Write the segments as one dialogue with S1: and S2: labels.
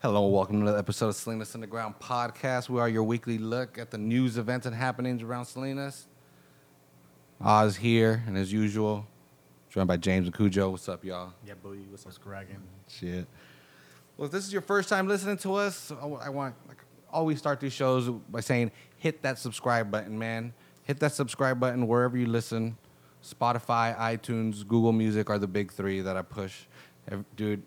S1: Hello, and welcome to another episode of Salinas Underground Podcast. We are your weekly look at the news, events, and happenings around Salinas. Oz here, and as usual, joined by James and Cujo. What's up, y'all?
S2: Yeah, Boogie, what's up? What's
S1: Shit. Well, if this is your first time listening to us, I w- I want like always start these shows by saying hit that subscribe button, man. Hit that subscribe button wherever you listen. Spotify, iTunes, Google Music are the big three that I push. Ev- Dude,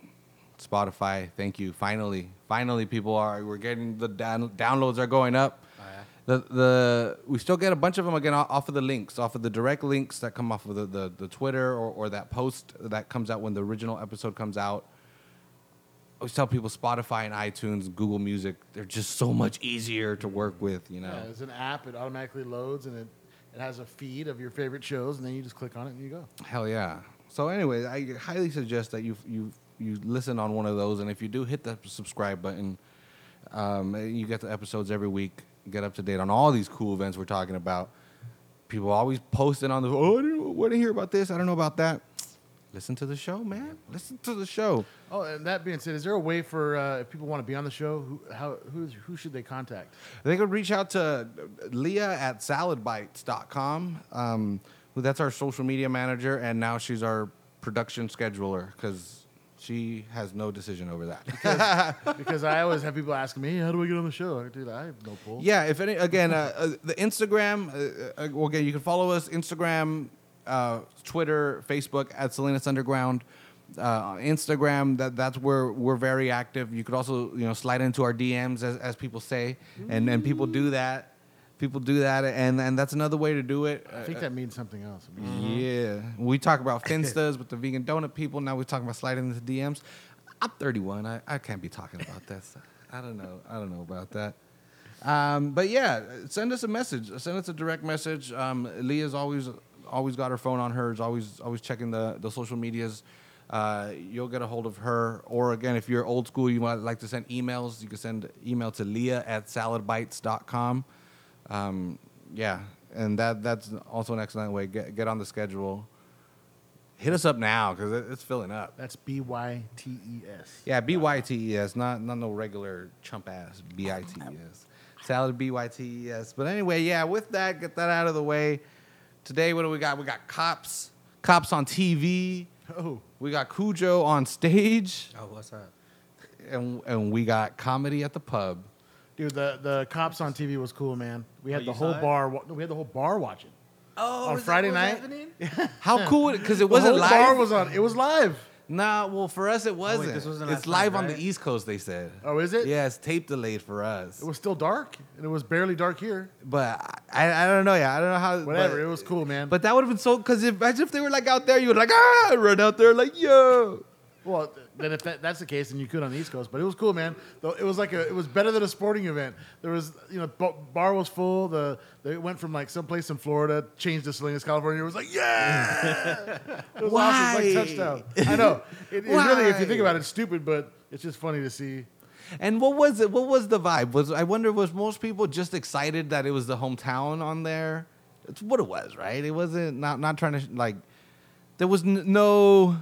S1: Spotify, thank you. Finally, finally, people are we're getting the down, downloads are going up.
S2: yeah?
S1: The the we still get a bunch of them again o- off of the links, off of the direct links that come off of the the, the Twitter or, or that post that comes out when the original episode comes out. I always tell people Spotify and iTunes, Google Music, they're just so much easier to work with, you know.
S3: Yeah, it's an app. It automatically loads and it, it has a feed of your favorite shows, and then you just click on it and you go.
S1: Hell yeah. So anyway, I highly suggest that you you you listen on one of those, and if you do, hit the subscribe button. Um, you get the episodes every week. Get up to date on all these cool events we're talking about. People always posting on the oh, I didn't, what did hear about this? I don't know about that. Listen to the show, man. Listen to the show.
S3: Oh, and that being said, is there a way for uh, if people want to be on the show, who how who's, who should they contact?
S1: They could reach out to Leah at saladbites.com. Um, who that's our social media manager, and now she's our production scheduler because she has no decision over that.
S3: Because I always have people asking me, how do I get on the show? I do that. I have no pull.
S1: Yeah, if any, again, uh, uh, the Instagram, uh, uh, well, again, you can follow us Instagram, uh, Twitter, Facebook at Salinas Underground. Uh, on Instagram, that that's where we're very active. You could also, you know, slide into our DMs as, as people say, and and people do that. People do that, and and that's another way to do it. Uh,
S3: I think that means something else.
S1: Mm. Yeah, we talk about finstas with the vegan donut people. Now we're talking about sliding into DMs. I'm 31. I, I can't be talking about this. I don't know. I don't know about that. Um, but yeah, send us a message. Send us a direct message. Um, Leah's always always got her phone on hers. Always always checking the the social medias. Uh, you'll get a hold of her. Or again, if you're old school, you might like to send emails. You can send email to Leah at saladbites.com. Um, yeah, and that that's also an excellent way. Get get on the schedule. Hit us up now because it, it's filling up.
S3: That's B Y T E S.
S1: Yeah, B Y T E S, not not no regular chump ass B I T E S. Salad B Y T E S. But anyway, yeah, with that, get that out of the way. Today, what do we got? We got cops, cops on TV.
S3: Oh,
S1: We got Cujo on stage,
S2: Oh, what's up?
S1: and and we got comedy at the pub.
S3: dude, the the cops on TV was cool, man. We had
S2: Oh,
S3: the
S2: you
S3: whole
S2: saw it?
S3: bar. Wa- we had the whole bar watching.
S2: Oh,
S3: On
S2: is that
S3: Friday
S2: what's
S3: night?
S2: happening?
S1: How cool! Because it,
S3: The
S1: wasn't
S3: whole
S1: live.
S3: bar was on. It was live.
S1: Nah, well, for us it wasn't.
S2: this wasn't
S1: it's
S2: last night,
S1: live on
S2: right?
S1: the East Coast. They said.
S3: Oh, is it?
S1: Yeah, it's tape delayed for us.
S3: It was still dark, and it was barely dark here.
S1: But I, I don't know. Yeah, I don't know how.
S3: Whatever.
S1: but-
S3: it was cool, man.
S1: But that would have been so. Because if imagine if they were like out there, you would like ah, run out there like yo.
S3: Well, th- then if that, that's the case, then you could on the East Coast. But it was cool, man. Though it was like a, it was better than a sporting event. There was, you know, b- bar was full. The they went from like someplace in Florida, changed to Salinas, California. It was like, yeah, it was awesome. It was like touchdown. I know. It, it really, if you think
S1: Why?
S3: about it, it's stupid, but it's just funny to see.
S1: And what was it? What was the vibe? Was I wonder was most people just excited that it was the hometown on there? It's what it was, right? It wasn't not not trying to like. There was n- no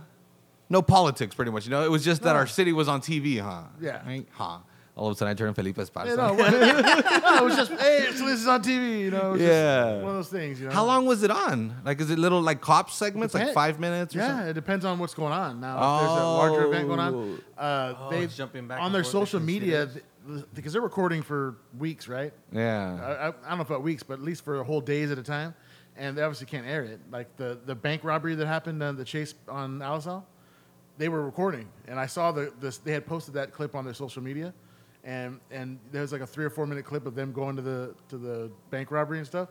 S1: no politics, pretty much. You know, it was just that our city was on TV, huh?
S3: Yeah.
S1: Right? Huh. All of a sudden, I turned Felipe's
S3: You know, no, it was just hey, Salinas is on TV. You know, it was just
S1: Yeah.
S3: one of those things. You know,
S1: How long was it on? Like, is it little like cop segments, like
S3: Depend-
S1: five minutes? Or
S3: Yeah,
S1: something?
S3: it depends on what's going on. Now, if there's a larger event going on, uh,
S2: Oh,
S3: they
S2: it's jumping back
S3: on
S2: and
S3: their
S2: forth between
S3: social media th- because they're recording for weeks, right? I,
S1: yeah.
S3: I, I don't know about weeks, but at least for whole days at a time, and they obviously can't air it. Like the the bank robbery that happened, uh, the chase on Alisal, they were recording, and I saw the this they had posted that clip on their social media. And, and there was like a three or four minute clip of them going to the to the bank robbery and stuff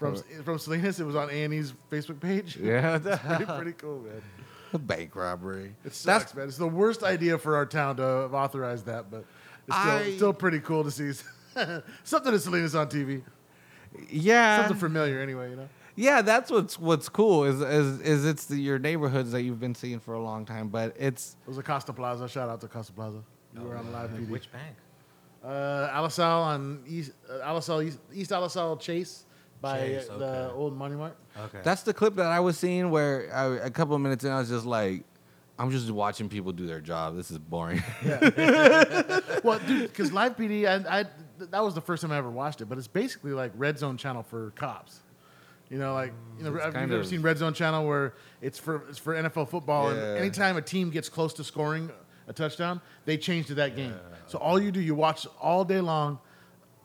S3: from from Salinas. It was on A and E's Facebook page.
S1: Yeah,
S3: pretty, pretty cool, man.
S1: bank robbery.
S3: It sucks,
S1: That's
S3: man. It's the worst idea for our town to have authorized that, but it's still,
S1: I-
S3: still pretty cool to see something that Selena's on TV.
S1: yeah,
S3: Something familiar, anyway, you know?
S1: yeah. That's what's what's cool is is is it's the, your neighborhoods that you've been seeing for a long time, but it's
S3: It was a Costa Plaza. Shout out to Costa Plaza. You were on live PD.
S2: Which bank?
S3: Uh, Alisal on East, uh, Alisal, East, East Alisal Chase by uh,
S2: Chase,
S3: the
S2: okay.
S3: old Money Mart.
S2: Okay.
S1: that's the clip that I was seeing where I, a couple of minutes in I was just like, I'm just watching people do their job. This is boring.
S3: Well, dude, because Live PD, I, I th- that was the first time I ever watched it, but it's basically like Red Zone Channel for cops. You know, like you know,
S1: Mm, It's
S3: have you
S1: kind
S3: ever
S1: of-
S3: seen Red Zone Channel where it's for it's for NFL football,
S1: Yeah.
S3: and anytime a team gets close to scoring a touchdown, they change to that game. So all you do, you watch all day long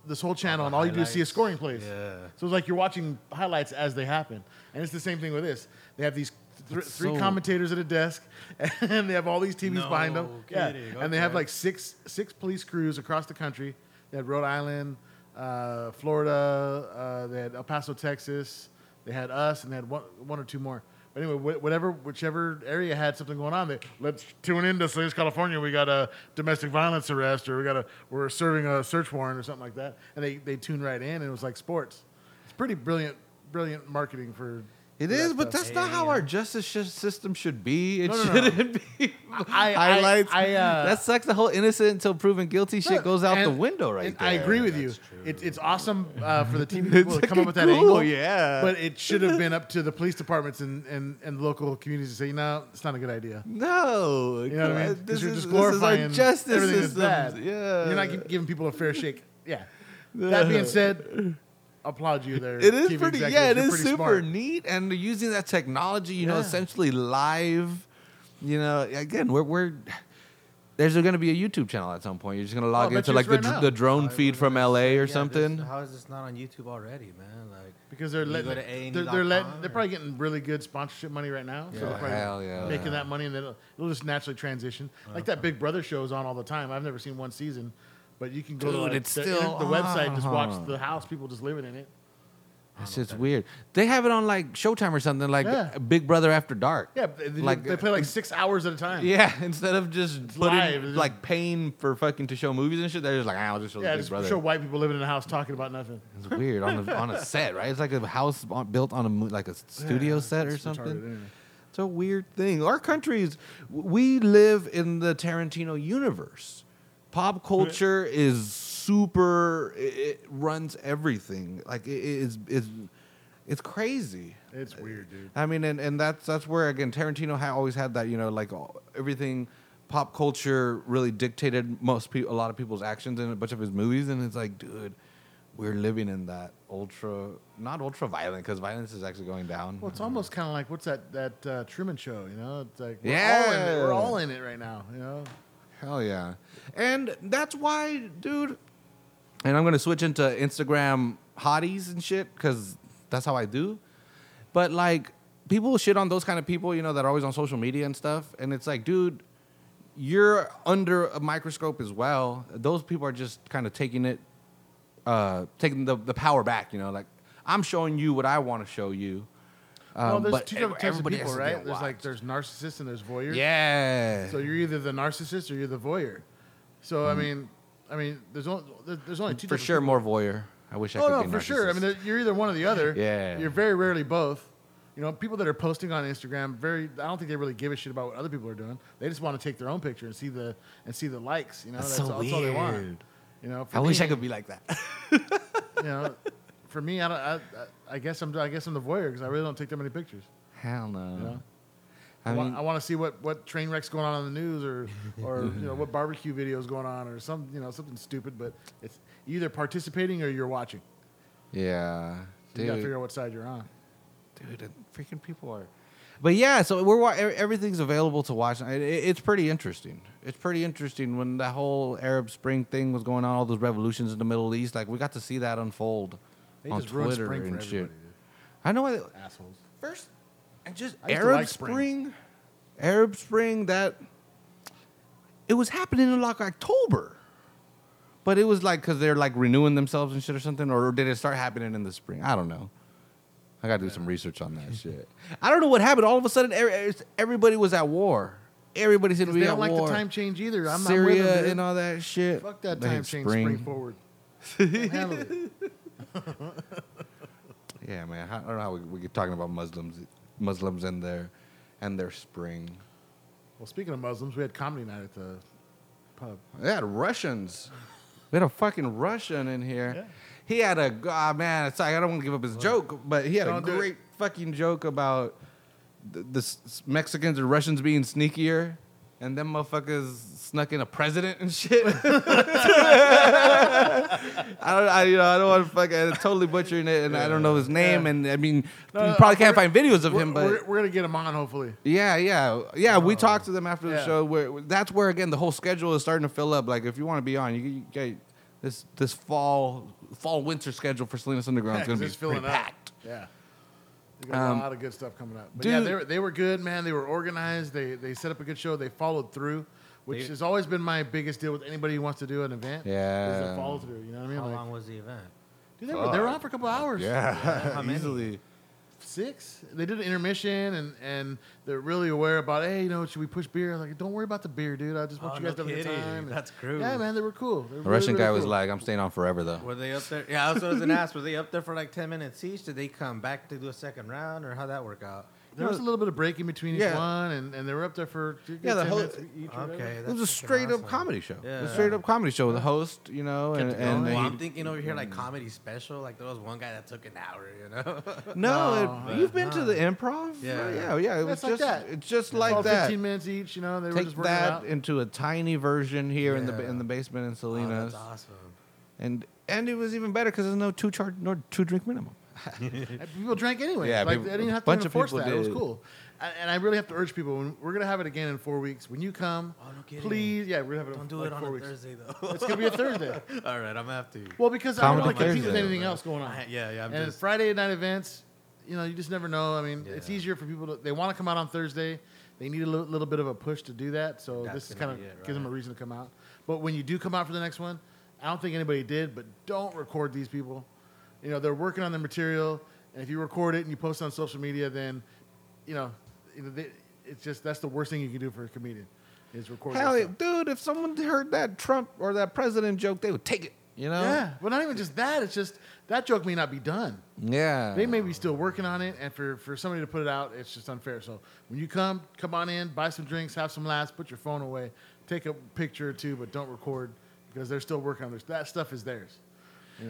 S3: this whole channel, and all you do is see a
S1: highlights.
S3: scoring plays.
S1: Yeah.
S3: So it's like you're watching highlights as they happen, and it's the same thing with this. They have these. Th-
S1: That's
S3: three
S1: so-
S3: commentators at a desk, and they have all these TVs behind them.
S2: No
S3: Yeah,
S2: kidding,
S3: and they have
S2: okay.
S3: like like six six police crews across the country. They had Rhode Island, uh, Florida. Uh, they had El Paso, Texas. They had us, and they had one, one or two more. But anyway, wh- whatever, whichever area had something going on, they let's tune into Salinas, California. We got a domestic violence arrest, or we got a we're serving a search warrant, or something like that. And they they tune right in, and it was like sports. It's pretty brilliant, brilliant marketing for.
S1: It
S3: for
S1: is,
S3: that
S1: but
S3: stuff.
S1: that's not how our justice sh- system should be. It
S3: No, no, no.
S1: shouldn't be
S3: I- I-
S1: highlights.
S3: I, uh,
S1: that sucks. The whole innocent until proven guilty shit goes out the
S3: And-
S1: window right
S3: and
S1: there.
S3: I agree with you.
S2: That's true.
S3: It's it's awesome uh, for the TV people to come up with that
S1: cool,
S3: angle.
S1: yeah.
S3: But it should have been up to the police departments and, and, and local communities to say, no, it's not a good idea.
S1: No,
S3: You know what I mean? 'Cause
S1: Uh, This,
S3: you're
S1: is,
S3: just
S1: this is our
S3: glorifying
S1: justice
S3: everything that's
S1: system.
S3: bad.
S1: Yeah,
S3: You're not gi- giving people a fair shake. Yeah. That being said, applaud you there.
S1: It is
S3: TV
S1: pretty.
S3: executives.
S1: Yeah, it
S3: You're
S1: is
S3: pretty
S1: super
S3: smart.
S1: neat, and they're using that technology. You know,
S3: Yeah.
S1: essentially live. You know, again, we're we're. There's going to be a YouTube channel at some point. You're just going to
S3: Oh, I
S1: log
S3: bet
S1: into
S3: you
S1: like
S3: it's
S1: the,
S3: right now.
S1: dr- the drone feed from LA or
S2: Yeah,
S1: something.
S2: This, how is this not on YouTube already, man? Like,
S3: Because they're
S2: You
S3: letting,
S2: go to
S1: E
S3: they're, they're,
S2: A&E.com
S3: letting, they're
S2: or-
S3: probably getting really good sponsorship money right now.
S1: Yeah.
S3: so they're probably
S1: Hell yeah.
S3: making that money, and then it'll, it'll just naturally transition. Like that Big Brother show is on all the time. I've never seen one season, but you can go to
S1: Dude,
S3: like,
S1: it's
S3: the,
S1: still
S3: the website, just watch
S1: on.
S3: the house, people just living in it.
S1: It's just weird. They have it on like Showtime or something, like
S3: Yeah.
S1: Big Brother After Dark.
S3: Yeah, they, they,
S1: Like, uh,
S3: like, they play like six hours at a time.
S1: Yeah, instead of just putting
S3: live, it's
S1: like paying for fucking to show movies and shit, they're just like, "Ah, I'll just show the
S3: yeah,
S1: Big
S3: just
S1: Brother.
S3: show white people living in a house talking about nothing.
S1: It's weird on a, on a set, right? It's like a house on, built on a mo- like a studio set or
S3: it's retarded,
S1: something.
S3: anyway.
S1: It's a weird thing. Our countries, we live in the Tarantino universe. Pop culture is super. It, it runs everything. Like it is is it's crazy.
S3: It's weird, dude.
S1: I mean, and, and that's that's where again Tarantino ha- always had that you know like all, everything pop culture really dictated most people a lot of people's actions in a bunch of his movies, and it's like, dude, we're living in that ultra not ultra violent because violence is actually going down.
S3: Well, it's almost kind of like what's that that uh, Truman Show? You know, it's like we're all in it.
S1: Yeah.
S3: We're all in it right now. You know,
S1: Hell yeah, and that's why, dude. And I'm gonna switch into Instagram hotties and shit because that's how I do. But like, people shit on those kind of people, you know, that are always on social media and stuff. And it's like, dude, you're under a microscope as well. Those people are just kind of taking it, uh, taking the, the power back. You know, like I'm showing you what I want to show you.
S3: well,
S1: Um,
S3: there's
S1: but
S3: two different types of
S1: everybody
S3: people,
S1: has to
S3: right?
S1: get
S3: There's like
S1: watched.
S3: there's narcissists and there's voyeurs.
S1: yeah.
S3: So you're either the narcissist or you're the voyeur. So I mean, I mean, there's only there's only
S1: Mm-hmm.
S3: two
S1: for
S3: different
S1: sure, more voyeur. I wish I
S3: people.
S1: could
S3: Oh
S1: be
S3: no, for sure. I
S1: narcissist.
S3: mean, there- you're either one or the other.
S1: Yeah.
S3: You're very rarely both. You know, people that are posting on Instagram, very I don't think they really give a shit about what other people are doing. They just want to take their own picture and see the and see the likes. You know,
S1: That's
S3: that's,
S1: so
S3: all, that's all they want.
S1: weird.
S3: You know, for
S1: I wish
S3: me-
S1: I could be like that.
S3: You know, for me, I don't. I, I I guess I'm. I guess I'm the voyeur because I really don't take that many pictures.
S1: Hell no.
S3: You know.
S1: I
S3: I,
S1: mean,
S3: want, I want to see what, what train wrecks going on in the news, or or you know what barbecue videos going on, or some you know something stupid. But it's you either participating or you're watching.
S1: yeah,
S3: So you gotta figure
S1: dude,
S3: out what side you're on.
S1: dude, and freaking people are. But yeah, so we're wa- e- everything's available to watch. It, it- it's pretty interesting. It's pretty interesting when that whole Arab Spring thing was going on, all those revolutions in the Middle East. Like we got to see that unfold
S3: They
S1: on
S3: just ruined
S1: Twitter
S3: spring for
S1: and shit.
S3: everybody,
S1: I know. I,
S3: Assholes.
S1: first, and just
S3: I used to
S1: Arab
S3: like
S1: Spring,
S3: spring.
S1: Arab Spring that it was happening in like October, but it was like because they're like renewing themselves and shit or something, or did it start happening in the spring? I don't know. I gotta do some research on that shit. I don't know what happened. All of a sudden, er- er- everybody was at war. Everybody seemed to
S3: They
S1: be at
S3: don't like
S1: war.
S3: the time change either. I'm
S1: Syria
S3: not with them, dude.
S1: and all that shit.
S3: Fuck that
S1: They
S3: time
S1: hate
S3: change. Spring, forward. Can't handle it.
S1: Yeah, man. I I don't know how we, we get talking about Muslims, Muslims and their, and their spring.
S3: Well, speaking of Muslims, we had comedy night at the pub.
S1: They had Russians. We had a fucking Russian in here. He had a ah man. It's like, I don't want to give up his joke, but he had a
S3: Don't do it.
S1: great fucking joke about the, the s- Mexicans or Russians being sneakier, and them motherfuckers snuck in a president and shit. I don't, I, you know, I don't want to fuck. I totally butchering it, and I don't know his name. And I mean,
S3: No,
S1: you
S3: no,
S1: probably can't
S3: we're-
S1: find videos of
S3: we're,
S1: him, but
S3: we're, we're gonna get him on hopefully.
S1: yeah, yeah, yeah. We talked to them after the
S3: Um, Yeah.
S1: show. Where that's where again the whole schedule is starting to fill up. Like if you want to be on, you, you get this this fall fall winter schedule for Salinas Underground is
S3: Yeah,
S1: going
S3: 'cause
S1: to be
S3: it's filling
S1: pretty
S3: up.
S1: packed.
S3: Yeah. They got
S1: Um,
S3: a lot of good stuff coming up. But yeah,
S1: dude-
S3: they were, they were good, man. They were organized. They they set up a good show. They followed through, which
S2: They-
S3: has always been my biggest deal with anybody who wants to do an event. Is
S1: Yeah.
S3: the follow through. You know what I mean?
S2: How
S3: Like,
S2: long was the event?
S3: dude, they, were, they were on for a couple hours.
S2: How
S1: Yeah,
S2: many?
S1: easily.
S3: Six. They did an intermission and and they're really aware about, hey, you know, should we push beer? I was like, don't worry about the beer, dude. I just want
S2: Oh,
S3: you guys
S2: no
S3: to have a good
S2: kidding.
S3: time. And-
S2: That's cool.
S3: Yeah, man, they were cool. They were
S1: The
S3: really,
S1: Russian
S3: really
S1: guy was
S3: cool.
S1: like, "I'm staying on forever though."
S2: Were they up there? Yeah, that's what I was gonna ask. Were they up there for like ten minutes each? Did they come back to do a second round, or how that work out?
S3: there was a little bit of break in between each
S1: Yeah.
S3: one, and, and they were up there for a good
S1: Yeah, the
S3: 10
S1: whole-
S3: minutes each or whatever.
S2: Okay,
S1: It
S2: that's
S1: was a
S2: freaking
S1: straight up
S2: awesome.
S1: comedy show. It was
S2: Yeah.
S1: a straight up comedy show with a host, you know, and,
S3: it
S1: and
S3: going.
S2: well,
S1: he-
S2: Oh, I'm thinking over here like comedy special. Like there was one guy that took an hour, you know. Oh,
S1: no,
S3: No,
S1: it, you've been to the improv,
S2: Yeah.
S1: Right? yeah, yeah. It was
S3: It's like
S1: just
S3: that.
S1: it's just
S3: It's all
S1: like that.
S3: 15 minutes each, you know, they were
S1: Take
S3: just working it
S1: that
S3: out.
S1: into a tiny version here in the
S2: Yeah.
S1: in the basement in
S2: Oh,
S1: Salinas,
S2: that's awesome.
S1: and and it was even better because there's no two charge nor two drink minimum.
S3: And People drank anyway.
S1: Yeah,
S3: like,
S1: people-
S3: I didn't have
S1: a
S3: to
S1: bunch
S3: even
S1: of
S3: force
S1: people
S3: that. It was
S1: did.
S3: cool. And- And I really have to urge people, when we're going to have it again in four weeks. When you come,
S2: Oh, no kidding.
S3: please, yeah, we're going to have it in
S2: Don't do
S3: like
S2: it on
S3: four
S2: a
S3: weeks.
S2: Thursday though.
S3: It's going to be a Thursday.
S2: All right, I'm gonna have to.
S3: Well, because I
S1: Comedy
S3: don't want to compete with
S1: Thursday.
S3: anything else going on.
S2: I- yeah, yeah. I'm
S3: and
S2: just.
S3: Friday night events, you know, you just never know. I mean, it's
S2: Yeah.
S3: easier for people to, they want to come out on Thursday. They need a little, little bit of a push to do that. So
S2: That's
S3: this is kind
S2: gonna
S3: of
S2: be it,
S3: gives them a
S2: right?
S3: reason to come out. But when you do come out for the next one, I don't think anybody did, but don't record these people. You know, they're working on their material. And if you record it and you post it on social media, then, you know, you know, they, it's just, that's the worst thing you can do for a comedian is record. their
S1: Hell,
S3: stuff.
S1: dude, if someone heard that Trump or that president joke, they would take it. You know?
S3: Yeah. Well, not even just that. It's just that joke may not be done.
S1: Yeah.
S3: They may be still working on it, and for, for somebody to put it out, it's just unfair. So when you come, come on in, buy some drinks, have some laughs, put your phone away, take a picture or two, but don't record because they're still working on this. That stuff is theirs.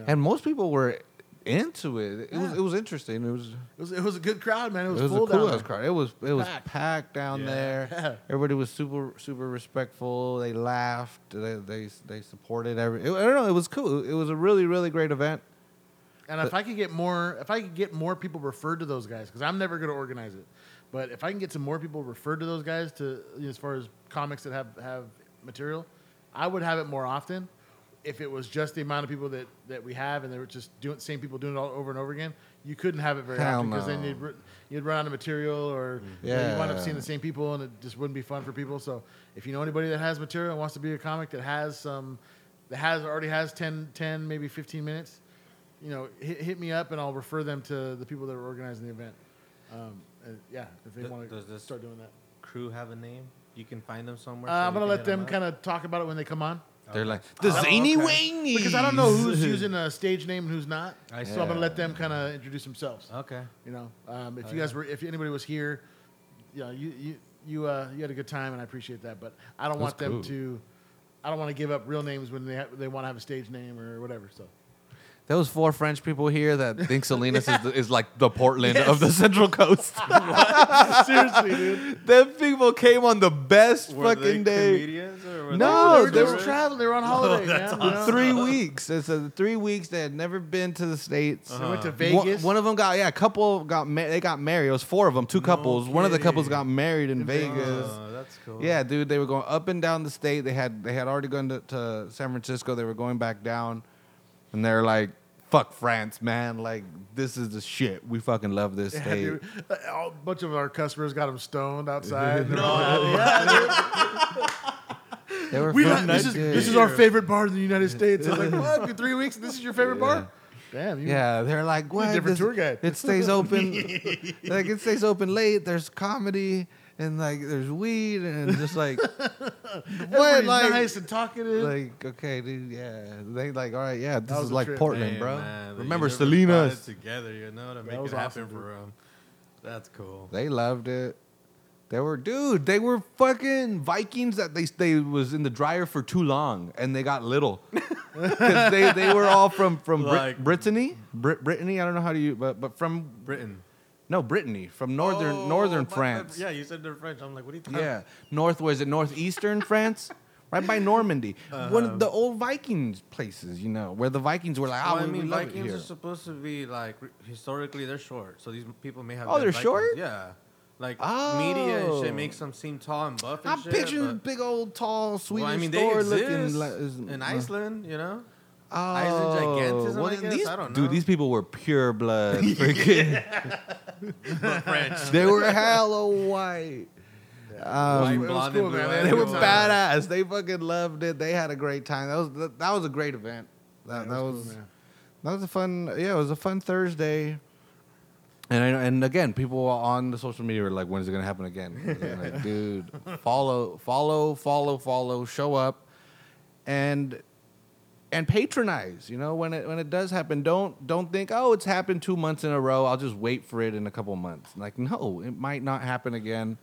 S1: And most people were into it. It was
S3: Yeah.
S1: it was interesting. It was
S3: It was, it was a good crowd, man. It
S1: it
S3: was,
S1: was, a
S3: full down
S1: cool
S3: there.
S1: ass crowd. It was it was
S3: Packed.
S1: packed, down
S2: Yeah.
S1: there. Everybody was super super respectful. They laughed. They they, they supported every. I don't know. It was cool. It was a really really great event.
S3: And if I could get more, if I could get more people referred to those guys, because I'm never going to organize it, but if I can get some more people referred to those guys to you know, as far as comics that have have material, I would have it more often. If it was just the amount of people that that we have, and they were just doing same people doing it all over and over again, you couldn't have it very
S1: Hell
S3: often because then
S1: no. Mm-hmm.
S3: you'd ru- you'd run out of material, or you, know, you wind up
S1: Yeah.
S3: seeing the same people, and it just wouldn't be fun for people. So if you know anybody that has material and wants to be a comic that has some, that has already has 10, 10 maybe fifteen minutes, you know, hit, hit me up and I'll refer them to the people that are organizing the event. Um, uh, yeah, if they
S2: Th-
S3: want
S2: does
S3: to
S2: this-
S3: start doing that.
S2: crew have a name? You can find them somewhere.
S3: Uh, I'm gonna let them kind of talk about it when they come on
S1: They're like the
S2: Oh,
S1: zany
S2: okay.
S1: wangy.
S3: because I don't know who's using a stage name and who's not.
S2: I
S3: so
S2: see.
S3: I'm gonna let them kind of introduce themselves.
S2: Okay.
S3: You know, um, if
S2: Oh,
S3: you guys
S2: yeah.
S3: were, if anybody was here, you know, you you you, uh, you had a good time and I appreciate that. But I don't
S1: That's
S3: want them
S1: cool.
S3: to. I don't want to give up real names when they ha- they want to have a stage name or whatever. So
S1: Those four French people here that think Salinas is, the, is like the Portland of the Central Coast.
S3: seriously, dude,
S1: Them people came on the best
S2: Were they
S1: fucking day.
S2: comedians, or
S1: No,
S2: were
S3: they
S1: Oh,
S3: were
S1: they
S3: just traveling. They were on holiday.
S2: that's
S3: man, you know?
S1: Three weeks. It's uh, three weeks. They had never been to the states.
S3: They went to
S1: One-
S3: Vegas.
S1: One, of them got yeah. A couple got ma- they got married. It was four of them, two couples. One of the couples
S2: kidding.
S1: got married in, Vegas.
S2: Oh, that's cool.
S1: Yeah, dude, they were going up and down the state. They had they had already gone to, to San Francisco. They were going back down, and they're like, "Fuck France, man! Like this is the shit. We fucking love this
S3: Yeah,
S1: state."
S3: dude. A uh, bunch of our customers got them stoned outside. no,
S1: They were
S3: we
S1: fucking
S3: this is
S1: good.
S3: this is our favorite bar in the United States. It's like what? In three weeks, this is your favorite bar? Damn, you,
S1: Yeah, they're like,
S3: a
S1: what?
S3: different
S1: This-
S3: tour guide."
S1: It stays open, like it stays open late. There's comedy and like there's weed and just like, what?
S3: everybody's
S1: Like,
S3: nice and talkative.
S1: like okay, dude, yeah. They like, all right, yeah. This
S3: was
S1: is
S3: a
S1: like
S3: trip.
S1: Portland, bro.
S2: man, the
S1: Remember
S2: universe brought
S1: Salinas?
S2: it together, you know, to make
S3: was
S2: it happen
S3: awesome,
S2: for them. That's cool.
S1: They loved it. They were, dude. They were fucking Vikings that they they was in the dryer for too long and they got little. 'Cause they, they were all from from Brit-
S2: Like-
S1: Brittany, Brit- Brittany. I don't know how to you, but but from
S2: Britain.
S1: No, Brittany from northern
S2: Oh,
S1: northern
S2: my- my-
S1: France.
S2: Yeah, you said they're French. I'm like, what are you talking
S1: Yeah, north was it northeastern France, right by Normandy,
S2: Uh-huh.
S1: one of the old Vikings places. You know where the Vikings were like, oh,
S2: Well, I
S1: we- we
S2: mean,
S1: love it
S2: Vikings
S1: here."
S2: are supposed to be like re- historically they're short, so these m- people may have.
S1: Oh,
S2: been
S1: they're
S2: Vikings.
S1: short?
S2: Yeah, like media and
S1: Oh.
S2: shit makes them seem tall and buff. And
S1: I'm
S2: shit,
S1: picturing
S2: but-
S1: big old tall Swedish
S2: well, I mean, they
S1: store
S2: exist
S1: looking like-
S2: in
S1: uh,
S2: Iceland, you know.
S1: Oh,
S2: Iceland gigantism, I
S1: then
S2: guess?
S1: These,
S2: I don't know.
S1: Dude, these people were pure blood. Freaking,
S2: But French.
S1: they were hella white.
S2: White,
S1: Um,
S3: was
S2: blonde,
S3: cool,
S2: and
S3: man.
S2: blue-eyed.
S1: they
S3: Good
S1: were
S3: time.
S1: badass. They fucking loved it. They had a great time. That was that, that was a great event. That, that was that was a fun. Yeah, it was a fun Thursday. And I, and again, people on the social media were like, "When is it gonna happen again?" And like, dude, follow, follow, follow, follow. Show up, and and patronize. You know, when it when it does happen, don't don't think, "Oh, it's happened two months in a row. I'll just wait for it in a couple months." Like, no, it might not happen again.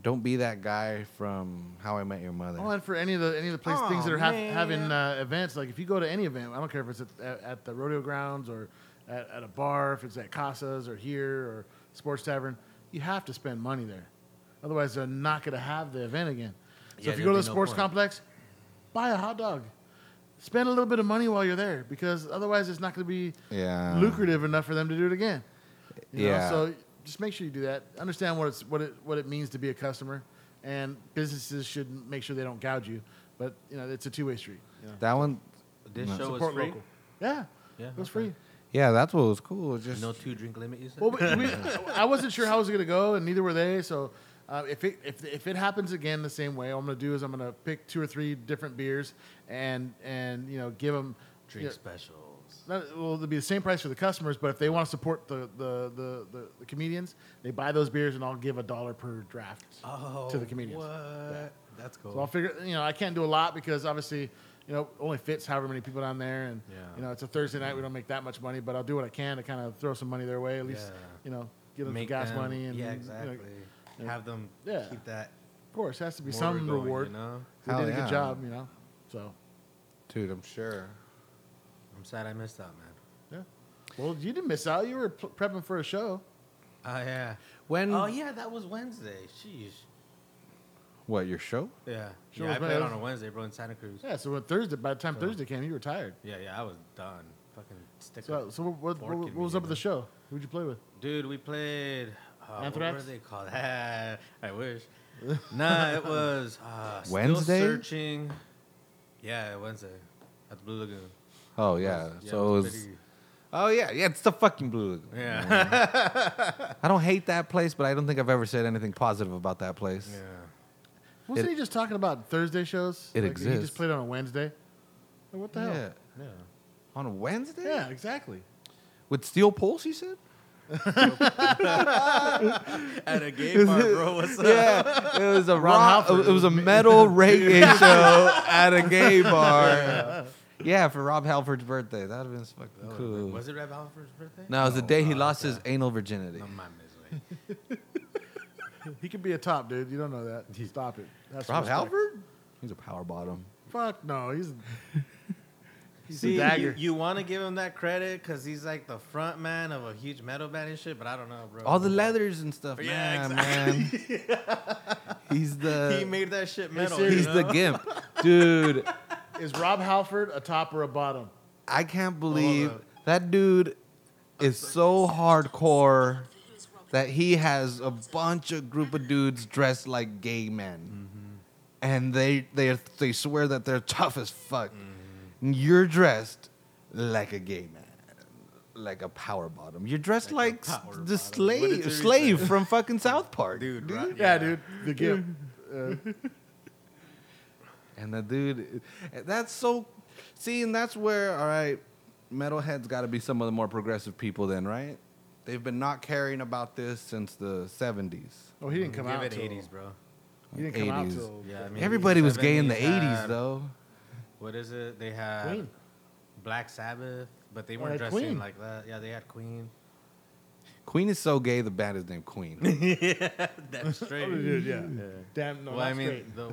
S1: Don't be that guy from How I Met Your Mother.
S3: Oh, and for any of the any of the place
S2: Aw,
S3: things that are hap-
S2: man.
S3: having uh, events, like if you go to any event, I don't care if it's at, at, at the rodeo grounds or at, at a bar, if it's at Casas or here or sports tavern, you have to spend money there. Otherwise, they're not going to have the event again. So
S2: Yeah,
S3: if you go to
S2: there'll
S3: the
S2: be no
S3: sports
S2: point.
S3: complex, buy a hot dog. Spend a little bit of money while you're there because otherwise, it's not going to be
S1: Yeah.
S3: lucrative enough for them to do it again. You know,
S1: Yeah.
S3: so just make sure you do that. Understand what it's what it what it means to be a customer, and businesses should make sure they don't gouge you. But you know, it's a two way street. You know?
S1: That one,
S2: This
S1: No.
S2: show was
S3: Support
S2: free.
S3: local. Yeah,
S2: Yeah,
S3: it was
S2: okay.
S3: free.
S1: yeah, that's what was cool. Just
S2: No two drink limit. You said.
S3: Well, we, we, I wasn't sure how it was going to go, and neither were they. So, uh, if it if, if it happens again the same way, all I'm going to do is I'm going to pick two or three different beers and and you know give them
S2: drink specials.
S3: Not, well, it'll be the same price for the customers, but if they want to support the, the, the, the, the comedians, they buy those beers and I'll give a dollar per draft
S2: Oh,
S3: to the comedians.
S2: What? That's cool.
S3: So I'll figure, you know, I can't do a lot because obviously, you know, only fits however many people down there. And,
S2: Yeah.
S3: you know, it's a Thursday night. We don't make that much money, but I'll do what I can to kind of throw some money their way, at least,
S2: Yeah.
S3: you know, give them some gas
S2: them-
S3: money. And,
S2: yeah,
S3: you know,
S2: exactly.
S3: you know,
S2: Have them
S3: yeah.
S2: keep that.
S3: of course, has to be
S2: motor
S3: some
S2: going,
S3: reward.
S2: You know?
S3: They
S1: Hell
S3: did a
S1: yeah.
S3: good job, you know. So,
S1: dude, I'm sure.
S2: Oh, I'm sad I missed out, man.
S3: yeah. Well, you didn't miss out. You were p- prepping for a show.
S2: Oh yeah.
S1: When
S2: Oh yeah, that was Wednesday. Sheesh.
S1: what your show?
S2: Yeah.
S3: Sure
S2: yeah, I
S3: was
S2: played
S3: bad.
S2: on a Wednesday, bro, in Santa Cruz.
S3: Yeah, so when Thursday, by the time
S2: So-
S3: Thursday came, you were tired.
S2: Yeah, yeah, I was done. Fucking stick
S3: So,
S2: up.
S3: so what, what,
S2: Fork
S3: what,
S2: in
S3: what
S2: me,
S3: was up
S2: you
S3: with
S2: know?
S3: the show? Who'd you play with?
S2: Dude, we played. Uh,
S3: Anthrax?
S2: What were they called? Ah, I wish. nah, it was uh, Still
S1: Wednesday?
S2: searching. Yeah, Wednesday at the Blue Lagoon.
S1: Oh yeah.
S2: It was-
S1: so it was.
S2: pretty-
S1: Oh yeah, yeah. It's the fucking Blue Lagoon.
S2: yeah,
S1: I don't hate that place, but I don't think I've ever said anything positive about that place.
S2: yeah.
S3: Wasn't
S1: It-
S3: he just talking about Thursday shows?
S1: It
S3: He
S1: exists.
S3: just played on a Wednesday. Like, what the
S1: Yeah.
S3: hell?
S2: yeah.
S1: On a Wednesday?
S3: Yeah, exactly.
S1: With steel poles, you said?
S2: At a gay bar, bro. What's up?
S1: Yeah. It was a rock,
S3: Halford.
S1: it was a metal reggae show at a gay bar. Yeah, for Rob Halford's birthday. That would have been fucking
S2: Oh,
S1: cool.
S2: Was it Reb Alford's birthday?
S1: no, it was the day he
S2: Oh,
S1: lost his
S2: okay.
S1: anal virginity.
S2: No, my misery.
S3: He could be a top dude. You don't know that. Stop it. That's
S1: Rob
S3: respect.
S1: Halford? He's a power bottom.
S3: Fuck no. He's he's
S2: See,
S3: a
S2: you,
S3: dagger.
S2: you want to give him that credit because he's like the front man of a huge metal band and shit, but I don't know, bro.
S1: All the leathers and stuff.
S2: Yeah,
S1: Yeah, man. He's the
S2: He made that shit metal.
S3: serious.
S2: you
S1: He's
S2: know?
S1: the gimp. Dude,
S3: Is Rob Halford a top or a bottom?
S1: I can't believe
S2: Hold
S1: that dude is so hardcore that he has a bunch of group of dudes dressed like gay
S2: Mm-hmm.
S1: men. And they they they swear that they're tough as fuck.
S2: Mm-hmm.
S1: And You're dressed like a gay man. Like a power bottom. You're dressed
S2: Like
S1: like, s-
S2: a power
S1: the
S2: bottom. What did
S1: slave
S2: Terry
S1: slave from fucking South Park.
S2: dude,
S1: dude.
S2: right?
S3: Yeah, dude. The gift. Uh,
S1: And the dude, that's so. See, and that's where, all right, metalheads got to be some of the more progressive people, then, right? They've been not caring about this since the 70s.
S3: oh, he didn't come
S2: Give
S3: out.
S2: it
S3: till-
S2: 80s, bro.
S3: He didn't come out
S1: 80s.
S3: till.
S2: Yeah, I mean,
S1: Everybody was gay in the
S2: 70s,
S1: 80s,
S2: um,
S1: though.
S2: What is it? They had
S3: Queen.
S2: Black Sabbath, but they
S3: Oh,
S2: weren't
S3: they had
S2: dressing
S3: Queen.
S2: like that. Yeah, they had Queen.
S1: Queen is so gay, the band is named Queen.
S2: That's straight.
S3: Oh, dude, yeah.
S2: Yeah.
S3: Damn, no,
S2: well, I
S3: that's
S2: mean,
S3: great.
S2: the,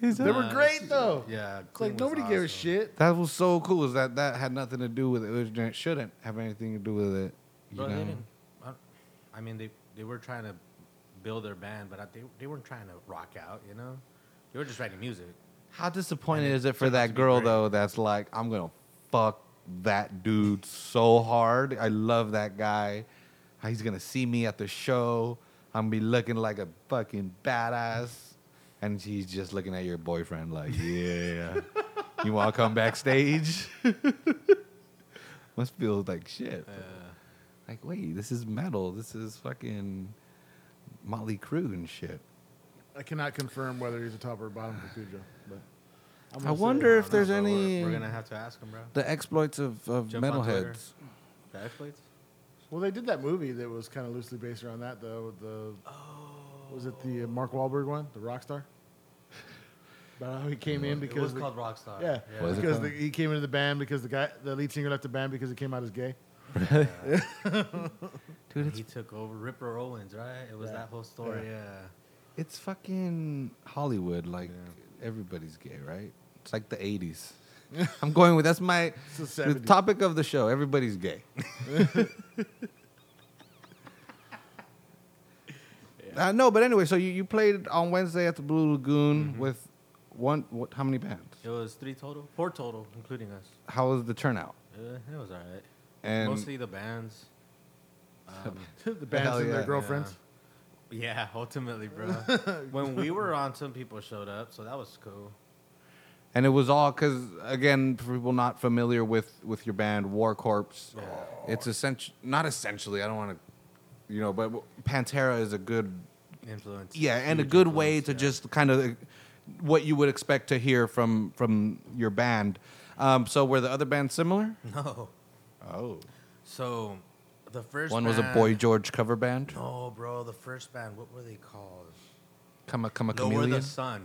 S1: He's
S3: They were great though.
S2: Yeah,
S3: It's like
S2: Queen was
S3: nobody gave a
S2: awesome.
S3: shit.
S1: That was so cool. Is that that had nothing to do with it? It shouldn't have anything to do with it. You
S2: Bro, they
S1: know?
S2: didn't- I- I mean, they, they were trying to build their band, but I, they, they weren't trying to rock out, you know? They were just writing music.
S1: How disappointed
S2: And it
S1: is it for
S2: turned out to
S1: that
S2: be
S1: girl
S2: great.
S1: though? That's like, I'm gonna fuck that dude so hard. I love that guy. He's gonna see me at the show. I'm gonna be looking like a fucking badass, and he's just looking at your boyfriend like, yeah, you wanna come backstage? Must feel like shit. Like, wait, this is metal. This is fucking Motley Crue and shit.
S3: I cannot confirm whether he's a top or bottom for Cujo, but I'm
S1: I
S3: gonna say-
S1: wonder if
S2: don't know,
S1: there's
S2: bro. We're-
S1: any
S2: We're, gonna have to ask them, bro.
S1: the exploits of, of
S2: Jump on Twitter.
S1: metalheads.
S2: The exploits?
S3: Well, they did that movie that was kind of loosely based around that though. with The was it the uh, Mark Wahlberg one, the rock star? About how he came in because
S2: it was
S3: the-
S2: called Rockstar.
S3: yeah,
S1: Was it
S3: because
S1: called?
S3: the, he came into the band because the guy, the lead singer left the band because he came out as gay.
S1: Dude, it's
S2: he took over Ripper Owens, right? It was
S3: Yeah.
S2: that whole story. Yeah.
S1: It's fucking Hollywood. Like everybody's gay, right? It's like the '80s. I'm going with that's my
S3: It's the
S1: the
S3: 70s.
S1: topic of the show. Everybody's gay. Uh, no, but anyway, so you, you played on Wednesday at the Blue Lagoon
S3: Mm-hmm.
S1: with one. What, how many bands?
S2: It was three total, four total, including us.
S1: How was the turnout?
S2: Uh, it was all right.
S1: And
S2: Mostly the bands. Um,
S3: the bands
S1: Hell
S3: and their
S1: yeah.
S3: girlfriends.
S2: yeah, ultimately, bro. when we were on, some people showed up, so that was cool.
S1: and it was all because again for people not familiar with with your band war corpse
S2: Yeah.
S1: it's essential not essentially i don't want to you know but pantera is a good
S2: Influence.
S1: yeah and a
S2: Huge
S1: good way
S2: influence,
S1: to
S2: yeah.
S1: just kind of uh, what you would expect to hear from from your band um, so were the other bands similar
S2: No.
S1: oh
S2: So, the first
S1: one was a
S2: band-
S1: boy george cover band
S2: No, bro. The first band. What were they called?
S1: come a come a
S2: Lower the
S1: chameleon
S2: Sun.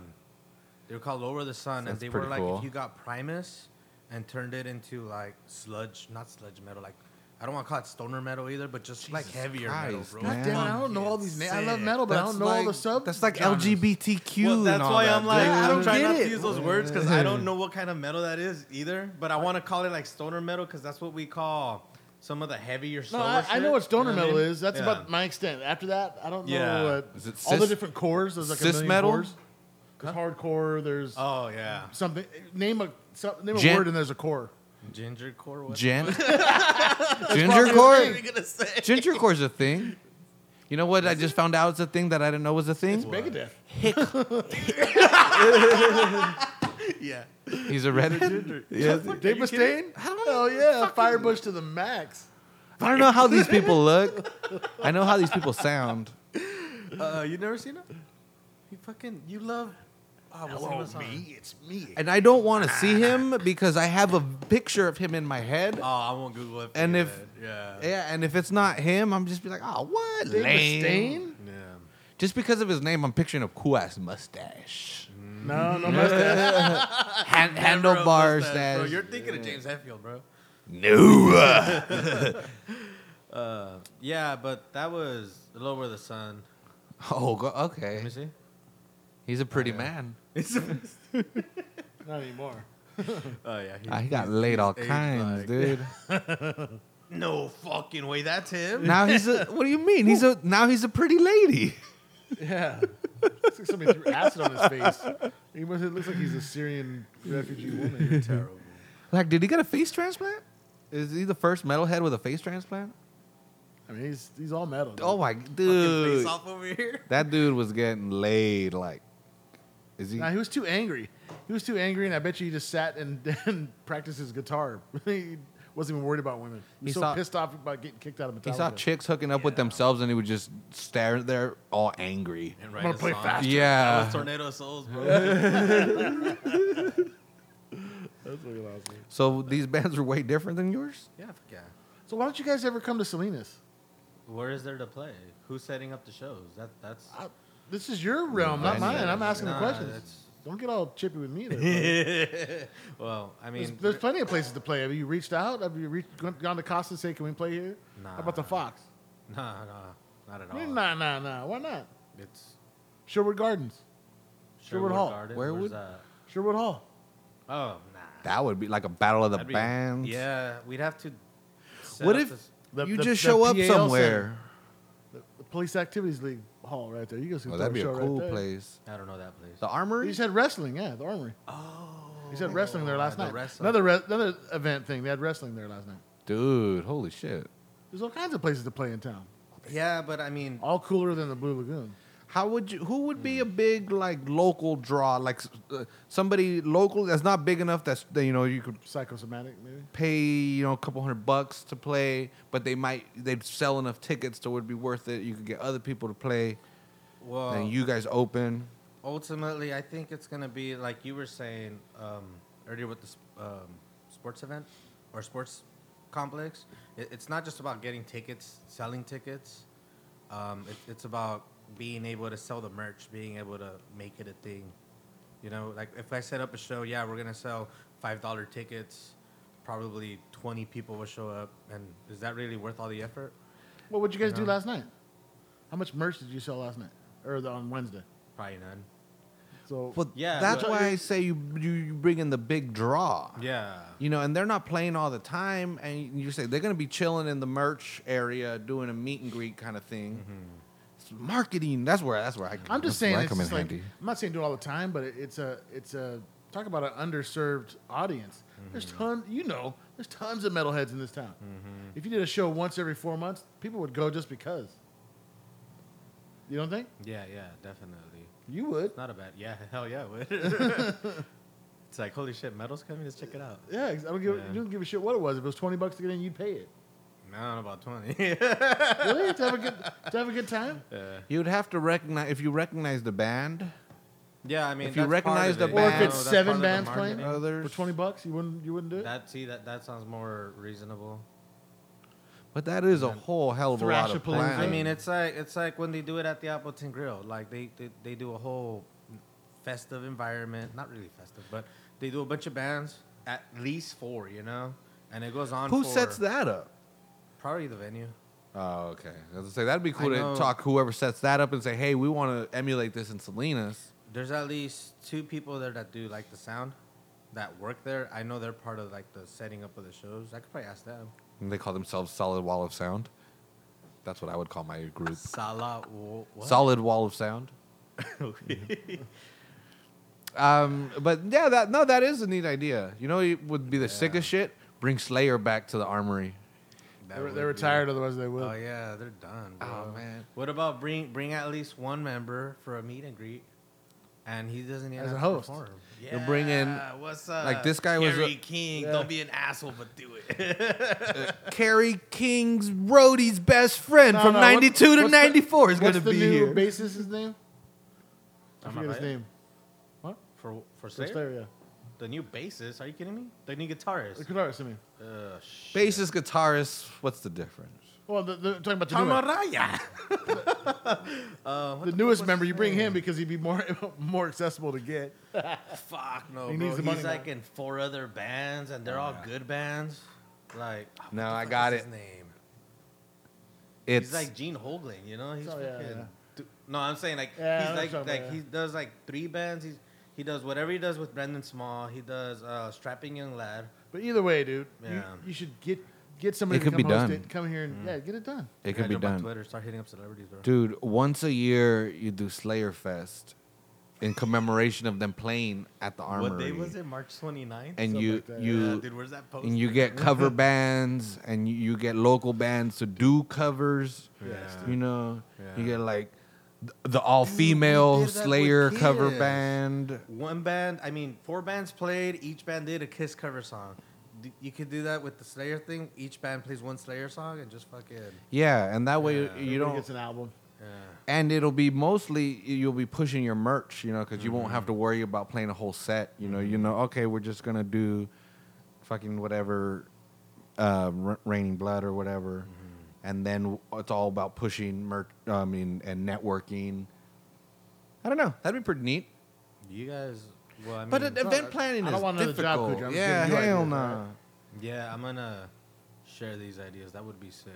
S2: They were called Lower the Sun,
S1: That's
S2: and they were
S1: pretty
S2: like
S1: cool.
S2: if you got Primus and turned it into like sludge, not sludge metal, like I don't want to call it stoner metal either, but just like
S1: Jesus
S2: heavier
S1: Christ,
S2: metal, bro.
S1: man.
S3: God damn it, I don't know all these names. I love metal, but I
S1: That's
S3: don't know all
S1: like-
S3: the sub.
S1: that's like
S3: genres.
S1: lgbtq
S2: Well,
S1: and
S2: that's
S1: all
S2: why
S1: that,
S2: I'm like,
S1: dude.
S3: Yeah, I
S2: I'm
S3: don't
S2: trying
S3: get
S2: not
S3: it.
S2: to use those words because I don't know what kind of metal that is either. But I want to call it like stoner metal because that's what we call some of the heavier.
S3: No,
S2: slower
S3: I, I
S2: shit,
S3: know what stoner
S2: you
S3: metal
S2: I mean?
S3: is. That's
S2: Yeah.
S3: about my extent. After that, I don't know
S2: Yeah.
S3: what
S1: Is it
S3: all the
S1: cis-
S3: different cores. There's like
S1: cis
S3: a million
S1: metal?
S3: cores. There's hardcore. There's
S2: Oh yeah,
S3: something. Name a some, name a
S1: Gen-
S3: word and there's a core.
S2: ginger core. What
S1: Gen-
S3: probably
S1: ginger
S3: the
S1: core
S3: thing.
S2: you gonna say?
S1: Ginger core's a thing. You know what? I just found out it's a thing that I didn't know was a
S3: It's
S1: thing.
S3: Megadeth.
S2: yeah.
S1: He's a redhead. Yes.
S3: Dave Mustaine. Hell yeah, Firebush to the max.
S1: I don't know how these people look. I know how these people sound.
S2: Uh, you never seen him? You fucking you love. Oh, what's the name of the song?
S3: it's me.
S1: And I don't want to see him because I have a picture of him in my head.
S2: Oh, I won't Google it. for
S1: And
S2: you,
S1: if-
S2: man. yeah,
S1: Yeah, and if it's not him, I'm just be like, oh, what?
S3: Dave
S1: Lame.
S3: Mustaine?
S2: yeah.
S1: Just because of his name, I'm picturing a cool ass mustache.
S3: No,
S2: Mm-hmm.
S3: no mustache.
S1: Hand,
S2: Never a
S1: handlebar
S2: mustache, Bro,
S1: stash.
S2: you're thinking of James Hetfield, bro.
S1: No.
S2: Uh, yeah, but that was Lower the Sun.
S1: Oh, go-
S2: Let
S1: okay.
S2: me see.
S1: He's a pretty man.
S3: Not anymore.
S2: Oh yeah, he,
S1: I Ah, got
S2: he's-
S1: laid all
S2: aged
S1: kinds,
S2: like-
S1: dude.
S2: No fucking way, that's him.
S1: Now he's a. What do you mean? He's a. Now he's a pretty lady.
S3: Yeah. Looks like somebody threw acid on his face. He must, it looks like he's a Syrian refugee woman.
S2: Terrible.
S1: Like, did he get a face transplant? Is he the first metalhead with a face transplant?
S3: I mean, he's he's all metal. dude.
S1: Oh my
S2: Fucking face
S1: dude,
S2: off over here.
S1: that dude was getting laid. Like, is he?
S3: Nah, he was too angry. He was too angry, and I bet you he just sat and, and practiced his guitar. he wasn't even worried about women. He was
S1: He
S3: so
S1: saw-
S3: pissed off about getting kicked out of Metallica.
S1: He saw chicks hooking up with themselves, and he would just stare there, all angry.
S2: And
S3: gonna play faster.
S1: Yeah.
S2: That was Tornado of Souls, bro.
S3: That's fucking awesome.
S1: So these bands were way different than yours.
S2: yeah, fuck yeah.
S3: So why don't you guys ever come to Salinas?
S2: Where is there to play? Who's setting up the shows? That that's
S3: I, this is your realm, not
S1: Venue.
S3: mine. I'm asking
S2: Nah,
S3: the questions.
S2: that's-
S3: Don't get all chippy with me. There, buddy.
S2: well, I mean,
S3: there's, there's plenty of places to play. Have you reached out? Have you reached, gone gone to Costa and say, "Can we play here?" How about the
S2: Nah.
S3: Fox?
S2: nah, nah, not at
S3: I mean,
S2: all.
S3: Nah, nah, nah. Why not?
S2: It's
S3: Sherwood Gardens. Sherwood Hall.
S2: Gardens,
S1: Wherewood?
S2: where's that?
S3: Sherwood Hall.
S2: Oh, nah.
S1: That would be like a battle of the
S2: That'd be-
S1: bands.
S2: Yeah, we'd have to. set
S1: What
S2: up
S1: if
S2: this-
S3: The-
S1: you
S3: the-
S1: just
S3: the
S1: show up
S3: PAL
S1: somewhere?
S3: The, the Police Activities League Hall right there. You guys can
S1: Oh,
S3: throw
S1: that'd be a
S3: show right
S1: cool
S3: there.
S1: place.
S2: I don't know that place.
S1: The
S3: You
S1: Armory.
S3: just had wrestling, yeah, the Armory.
S2: oh,
S3: You just had wrestling there last
S2: the
S3: night.
S2: wrestling.
S3: Another re- another event thing. They had wrestling there last night.
S1: Dude, holy shit!
S3: There's all kinds of places to play in town.
S2: Yeah, but I mean,
S3: All cooler than the Blue Lagoon.
S1: How would you? Who would be a big like local draw? Like uh, somebody local that's not big enough that's that, you know you could
S3: Psychosomatic, maybe.
S1: pay you know a couple hundred bucks to play, but they might they'd sell enough tickets to would be worth it. You could get other people to play,
S2: well,
S1: and you guys open.
S2: ultimately, I think it's gonna be like you were saying um, earlier with the s- um, sports event or sports complex. It, it's not just about getting tickets, selling tickets. Um, it, it's about being able to sell the merch, being able to make it a thing. You know, like if I set up a show, yeah, we're gonna sell five dollar tickets. Probably twenty people will show up, and is that really worth all the effort?
S3: Well, what'd you guys do
S2: Yeah.
S3: last night? How much merch did you sell last night, or the, on Wednesday?
S2: Probably none.
S3: So
S1: But
S2: Yeah,
S1: that's
S2: but-
S1: why I say you, you you bring in the big draw.
S2: Yeah.
S1: You know, and they're not playing all the time, and you say they're going to be chilling in the merch area, doing a meet and greet kind of thing.
S2: Mm-hmm.
S1: It's marketing. That's where. That's where I. that's
S3: I'm just
S1: where
S3: saying,
S1: I
S3: it's
S1: come
S3: just
S1: in
S3: like,
S1: handy.
S3: I'm not saying do it all the time, but it, it's a it's a talk about an underserved audience. There's
S2: Mm-hmm.
S3: ton, you know, there's tons of metalheads in this town. If you did a show once every four months, people would go just because. You don't think
S2: Yeah, yeah, definitely.
S3: you would?
S2: Not a bad. Yeah, hell yeah, it would. it's like holy shit, metal's coming. Let's check it out.
S3: Yeah, ex- I don't give
S2: Yeah.
S3: you don't give a shit what it was. If it was twenty bucks to get in, you'd pay it.
S2: No, I don't know about twenty.
S3: really? To have a good to have a good time?
S2: yeah.
S1: You'd have to recognize if you recognize the band.
S2: yeah, I mean,
S1: If you
S2: that's part
S1: recognize
S2: of
S1: the
S2: it,
S3: Or if
S1: band-
S3: it's
S2: you know, that's part
S3: seven
S2: of the
S3: bands playing
S2: marketing.
S1: Others.
S3: for twenty bucks, you wouldn't you wouldn't do it?
S2: That see that that sounds more reasonable.
S1: But that is a whole hell of a lot of
S3: Thrashapalooza.
S1: planning.
S2: I mean, it's like it's like when they do it at the Appleton Grill. Like they they, they do a whole festive environment. Not really festive, but they do a bunch of bands. At least four, you know, and it goes on.
S1: who
S2: for
S1: sets that up?
S2: Probably the venue.
S1: Oh, okay. I was gonna say that'd be cool
S2: I
S1: to
S2: know-
S1: talk whoever sets that up and say, "Hey, we want to emulate this in Salinas."
S2: There's at least two people there that do like the sound, that work there. I know they're part of like the setting up of the shows. I could probably ask them.
S1: And they call themselves Solid Wall of Sound. That's what I would call my group.
S2: Sala, wo- what?
S1: Solid Wall of Sound. Um, but yeah, that no, that is a neat idea. You know, it would be the sickest shit. Bring Slayer back to the armory.
S2: That
S3: they were,
S2: would
S3: they were
S2: be-
S3: tired, otherwise they would.
S2: Oh yeah, they're done.
S1: Oh,
S2: bro.
S1: man.
S2: What about bring bring at least one member for a meet and greet, and he doesn't even
S3: As
S2: have
S3: a
S2: to
S3: host.
S2: perform.
S1: You bring in,
S2: Yeah, what's up?
S1: like, this guy was a-
S2: Kerry King.
S3: Yeah.
S2: Don't be an asshole, but do it.
S1: Carrie King's roadie's best friend
S3: No,
S1: from
S3: no, what-
S1: '92 to
S3: what's the-
S1: '94 is
S3: What's
S1: going to
S3: the
S1: be
S3: new
S1: here.
S3: bassist's name? I
S2: Am I
S3: forget his
S2: right?
S3: name.
S2: for for Slayer,
S3: Slayer, yeah.
S2: the new bassist. Are you kidding me? The new guitarist.
S3: The guitarist, I mean.
S2: Uh, shit.
S1: Bassist, guitarist. What's the difference?
S3: Well, the, the, talking about the, new one.
S2: Tamaraya. uh, what
S3: the
S2: fuck
S3: newest
S2: was
S3: member.
S2: his
S3: You bring
S2: name? Oh,
S3: him because he'd be more more accessible to get.
S2: Fuck no,
S3: He
S2: bro.
S3: needs the
S2: He's
S3: money,
S2: like
S3: man.
S2: in four other bands, and they're all good bands. Like, what
S1: No,
S2: the
S1: I
S2: fuck
S1: got
S2: is
S1: it.
S2: His name.
S1: It's
S2: he's like Gene Hoglan, you know. He's
S3: Oh, yeah,
S2: fucking.
S3: yeah.
S2: du- no, I'm saying like
S3: Yeah, I know
S2: he's
S3: what
S2: like
S3: you're
S2: like
S3: talking about,
S2: he does like three bands. He's he does whatever he does with Brendan Small. He does uh, Strapping Young Lad.
S3: But either way, dude, you,
S2: Yeah. Mm.
S3: you should get get somebody
S1: It
S3: to
S1: could
S3: come
S1: be
S3: host
S1: done.
S3: it. Come here and yeah, get it done.
S1: it
S2: Gotta
S1: could be
S2: jump on
S1: done.
S2: Twitter, start hitting up celebrities, bro.
S1: Dude, once a year you do Slayer Fest in commemoration of them playing at the armory.
S2: what day was it? March 29th.
S1: And
S3: Something
S1: you
S3: like that.
S1: you
S2: yeah, dude, where's that post?
S1: and you get cover bands and you, you get local bands to do covers.
S2: Yeah.
S1: You know, you
S2: Yeah.
S1: get like th- the all female
S2: we did that with
S1: Slayer cover
S2: Kiss.
S1: band.
S2: one band, I mean, four bands played. Each band did a Kiss cover song. D- You could do that with the Slayer thing. Each band plays one Slayer song and just fucking
S1: Yeah, and that way
S2: Yeah.
S1: you
S3: Everybody
S1: don't
S3: gets an album.
S2: yeah.
S1: and it'll be mostly you'll be pushing your merch, you know, because you
S3: Mm-hmm.
S1: won't have to worry about playing a whole set. You know, you know, okay, we're just gonna do fucking whatever, uh, Ra- raining blood or whatever,
S3: Mm-hmm.
S1: and then it's all about pushing merch. uh, I mean, and networking. I don't know. That'd be pretty neat.
S2: You guys, well, I mean,
S1: but uh, event planning
S3: I don't
S1: is
S3: want another job,
S1: difficult.
S3: Cooper. I'm just
S1: yeah,
S3: giving you
S1: hell
S3: ideas,
S1: no.
S3: all
S2: yeah, I'm gonna share these ideas. That would be sick.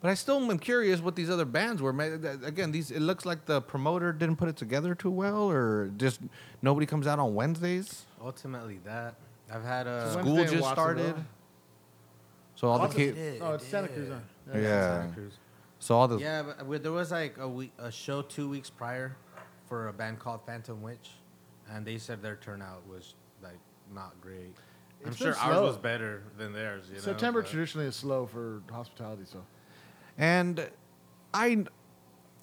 S1: But I still am curious what these other bands were. Ma- th- Again, these it looks like the promoter didn't put it together too well, or just nobody comes out on Wednesdays.
S2: Ultimately, that I've had a
S3: So
S1: Uh, School
S3: Wednesday in
S1: just
S3: Watsonville.
S1: started, so all the
S3: Watsonville
S1: kids.
S3: Oh, it's Santa Cruz. Huh?
S1: Yeah. So all the
S2: Yeah, but we- there was like a week, a show two weeks prior for a band called Phantom Witch, and they said their turnout was like not great. I'm
S3: It's
S2: sure
S3: been
S2: ours
S3: slow.
S2: was better than theirs. You know,
S3: September
S2: but-
S3: traditionally is slow for hospitality, so
S1: and I.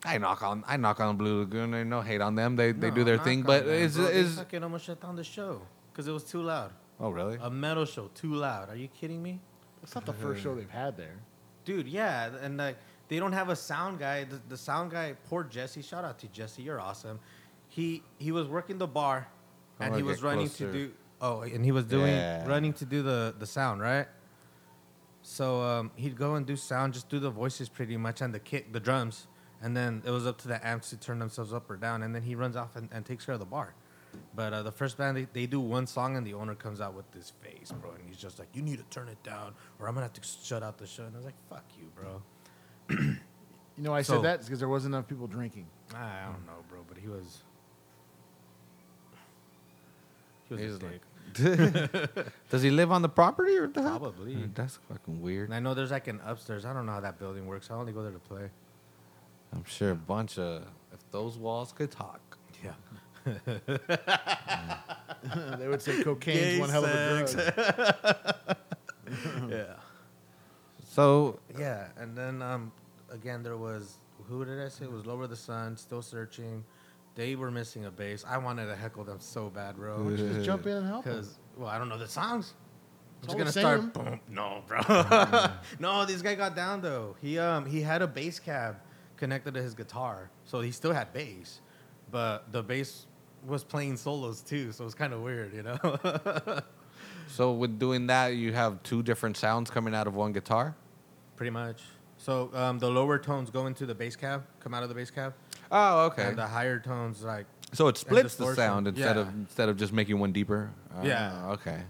S1: I knock on I knock on Blue Lagoon. I no hate on them. They they
S2: No,
S1: do their
S2: knock
S1: thing,
S2: on
S1: but
S2: them,
S1: is
S2: bro. They
S1: is
S2: fucking almost shut down the show because it was too loud.
S1: oh really?
S2: A metal show, too loud. Are you kidding me,
S3: it's not the first show they've had there.
S2: dude? Yeah, and like they don't have a sound guy. The, the sound guy, poor Jesse. Shout out to Jesse, you're awesome. He he was working the bar,
S1: I
S2: and
S1: wanna
S2: he was
S1: get
S2: running
S1: closer.
S2: to do. Oh, and he was doing
S1: Yeah.
S2: running to do the the sound right. So um, he'd go and do sound, just do the voices pretty much, and the kick, the drums, and then it was up to the amps to turn themselves up or down, and then he runs off and, and takes care of the bar. But uh, the first band, they, they do one song, and the owner comes out with this face, bro, and he's just like, "You need to turn it down, or I'm gonna have to shut out the show." And I was like, "Fuck you, bro."
S3: You know, I
S2: So-
S3: said that because there wasn't enough people drinking.
S2: I don't know, bro, but he was. He was a
S1: He's like-
S2: dick.
S1: Does he live on the property or the hell?
S2: Probably.
S1: Dude, That's fucking weird.
S2: And I know there's like an upstairs. I don't know how that building works. I only go there to play.
S1: I'm sure a bunch of if those walls could talk.
S2: Yeah.
S3: they would say cocaine's
S2: Gay
S3: one hell of a drug.
S2: yeah.
S1: So
S2: Yeah, and then um, again there was who did I say it was Lower the Sun, still searching. They were missing a bass. I wanted to heckle them so bad,
S3: Why
S2: bro.
S3: don't you just jump in and help 'em?
S2: Because well, I don't know the songs. I'm just
S3: all the
S2: gonna start. Boom. No, bro. no, this guy got down though. He um he had a bass cab connected to his guitar, so he still had bass, but the bass was playing solos too, so it's kind of weird, you know.
S1: so with doing that, you have two different sounds coming out of one guitar.
S2: Pretty much. So um, the lower tones go into the bass cab, come out of the bass cab,
S1: Oh, okay.
S2: and the higher tones like
S1: so it splits the
S2: distortion.
S1: sound instead of
S2: Yeah.
S1: instead of just making one deeper. Ah,
S2: Yeah.
S1: Okay.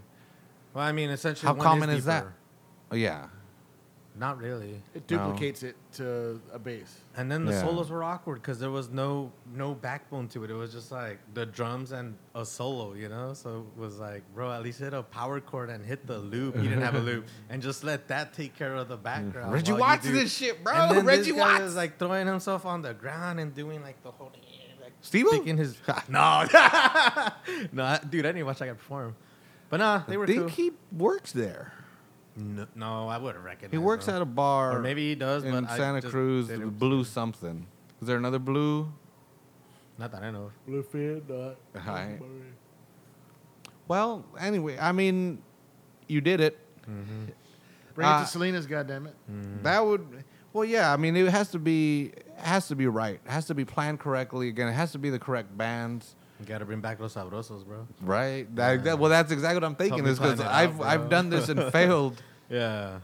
S2: Well, I mean, essentially,
S1: How
S2: one
S1: common is that?
S2: deeper.
S1: Oh, yeah.
S2: Not really.
S3: It duplicates it to a base.
S2: And then the
S1: Yeah.
S2: solos were awkward because there was no no backbone to it. It was just like the drums and a solo, you know. So it was like, bro, at least hit a power chord and hit the loop. You didn't have a loop, and just let that take care of the background.
S1: Mm. Reggie
S2: while you
S1: Watts
S2: do-
S1: this shit, bro.
S2: And then
S1: Reggie
S2: this guy
S1: Watts.
S2: was like throwing himself on the ground and doing like the whole. Like,
S1: Steve-O?
S2: sticking his no, no, I- dude. I didn't watch that guy perform, but nah, they were
S1: I think
S2: cool.
S1: he works there.
S2: no, no, I would have recognized.
S1: He works
S2: them.
S1: at a bar.
S2: Or maybe he does,
S1: in
S2: but I
S1: Santa
S2: just
S1: Cruz,
S2: didn't-
S1: Blue something. Is there another Blue?
S2: Not that I know. of.
S3: Bluefield, not.
S1: Alright. Well, anyway, I mean, you did it.
S3: Bring it
S1: Uh, mm,
S3: to Selena's, goddammit.
S2: Mm-hmm.
S1: That would well, yeah. I mean, it has to be it has to be right. It has to be planned correctly. Again, it has to be the correct bands.
S2: You gotta bring back Los Sabrosos, bro.
S1: Right. That, that- well, that's exactly what I'm thinking.
S2: me
S1: Is because
S2: plan it out,
S1: I've
S2: bro.
S1: I've done this and failed.
S2: Yeah.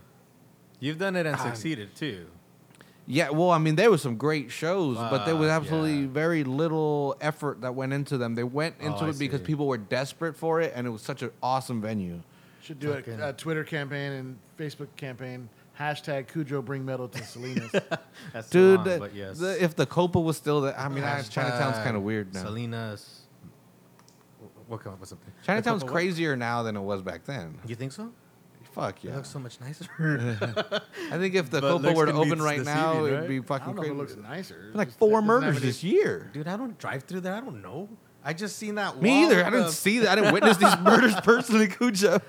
S2: You've done it and
S1: Ah.
S2: succeeded too.
S1: Yeah. Well, I mean, there were some great shows, but there was
S2: Fuck,
S1: absolutely
S2: yeah.
S1: very little effort that went into them. They went
S2: Oh,
S1: into
S2: I
S1: it because
S2: see.
S1: people were desperate for it, and it was such an awesome venue.
S3: Should do
S2: fucking-
S3: a, a Twitter campaign and Facebook campaign. Hashtag Cujo bring metal to Selena's.
S2: That's
S1: Dude,
S2: too long,
S1: the-
S2: but yes.
S1: the- if the Copa was still there, I mean, I- Chinatown's
S2: Hashtag
S1: kind of weird now.
S2: Salinas. W- We'll come up with something.
S1: Chinatown's
S2: What- what-
S1: crazier now than it was back then.
S2: You think so?
S1: Fuck
S2: It
S1: yeah.
S2: looks so much nicer.
S1: I think if the
S2: But
S1: Copa
S2: looks
S1: were to
S2: can be
S1: open
S2: s-
S1: right
S2: deceiving,
S1: now, it'd
S2: right?
S1: be
S3: I don't
S1: fucking
S3: know if
S1: crazy.
S3: it looks nicer.
S1: Like
S3: Just-
S1: four
S3: it doesn't have
S1: murders
S3: any-
S1: this year.
S2: Dude, I don't drive through there. I don't know. I just seen that
S1: Me
S2: wall
S1: either.
S2: with
S1: I didn't
S2: the-
S1: see that. I didn't witness these murders personally, Cujo.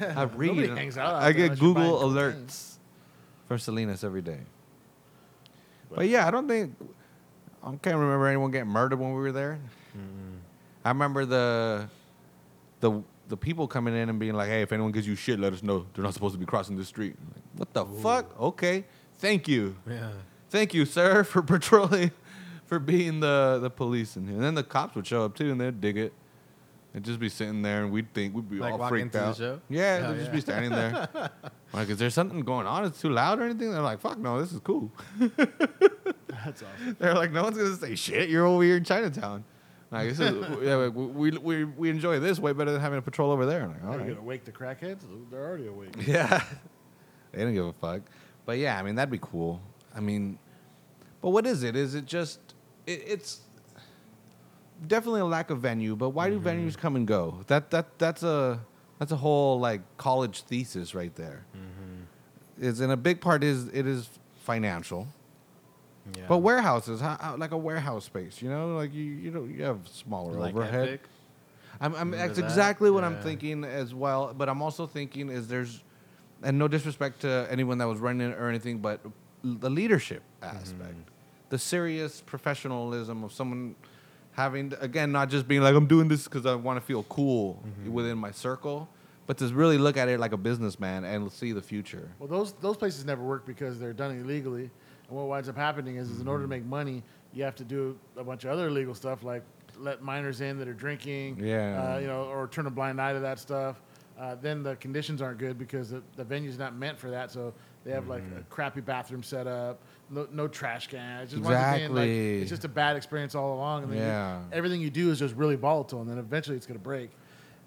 S1: I read.
S3: Nobody hangs out out
S1: I
S3: there
S1: get
S3: unless you're
S1: Google
S3: buying cocaine.
S1: alerts from Salinas every day. But yeah, I don't think I can't remember anyone getting murdered when we were there. I remember the the the people coming in and being like, "Hey, if anyone gives you shit, let us know. They're not supposed to be crossing the street." I'm like, what the fuck? Okay, thank you.
S2: Yeah.
S1: Thank you, sir, for patrolling, for being the, the police in here. And then the cops would show up too, and they'd dig it. They'd just be sitting there, and we'd think we'd be
S2: Like
S1: all
S2: walk
S1: freaked
S2: into the
S1: out.
S2: show?
S1: Yeah,
S2: Hell
S1: they'd just
S2: yeah.
S1: be standing there. like, is there something going on? It's too loud or anything? They're like, fuck no, this is cool.
S3: That's awesome.
S1: They're like, no one's gonna say shit. You're over here in Chinatown. Like, this is, yeah, like, we, we we enjoy this way better than having a patrol over there. I'm like, all
S3: Are you
S1: right.
S3: gonna wake the crackheads? They're already awake.
S1: Yeah. they didn't give a fuck. But yeah, I mean, that'd be cool. I mean, but what is it? Is it just it, it's definitely a lack of venue. But why
S4: Mm-hmm.
S1: do venues come and go? That that that's a that's a whole like college thesis right there.
S4: Mm-hmm.
S1: Is and a big part is it is financial.
S2: Yeah.
S1: But warehouses, how, how, like a warehouse space, you know, like you you know you have smaller
S4: Like
S1: overhead.
S4: Epic?
S1: I'm, I'm
S4: Remember
S1: that's
S4: that?
S1: exactly what I'm
S4: Yeah.
S1: thinking as well. But I'm also thinking is there's, and no disrespect to anyone that was running it or anything, but l- the leadership aspect,
S4: Mm-hmm.
S1: the serious professionalism of someone having to- again not just being like I'm doing this because I want to feel cool
S4: Mm-hmm.
S1: within my circle, but to really look at it like a businessman and see the future.
S3: Well, those those places never work because they're done illegally. And what winds up happening is, is in order
S1: Mm-hmm.
S3: to make money, you have to do a bunch of other illegal stuff, like let minors in that are drinking,
S1: Yeah.
S3: uh, you know, or turn a blind eye to that stuff. Uh, then the conditions aren't good because the, the venue's not meant for that. So they have like
S1: Mm-hmm.
S3: a crappy bathroom set up, no, no trash can. It's just winds up being, like,
S1: Exactly.
S3: it's just a bad experience all along. And then you-
S1: Yeah.
S3: everything you do is just really volatile, and then eventually it's going to break.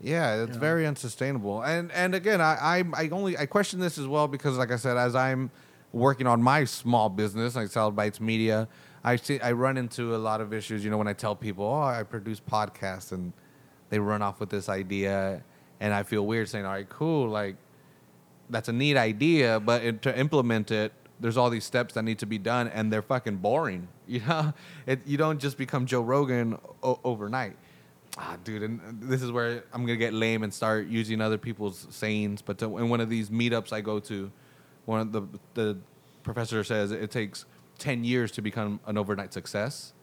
S1: Yeah, it's
S3: know?
S1: very unsustainable. And and again, I, I I only I question this as well because like I said, as I'm working on my small business, like Salad Bites Media, I see I run into a lot of issues. You know, when I tell people, oh, I produce podcasts, and they run off with this idea, and I feel weird saying, all right, cool, like that's a neat idea, but it, to implement it. There's all these steps that need to be done, and they're fucking boring. You know, it, you don't just become Joe Rogan o- overnight ah, dude, and this is where I'm gonna get lame and start using other people's sayings. But to, in one of these meetups I go to, one of the the professor says it takes ten years to become an overnight success.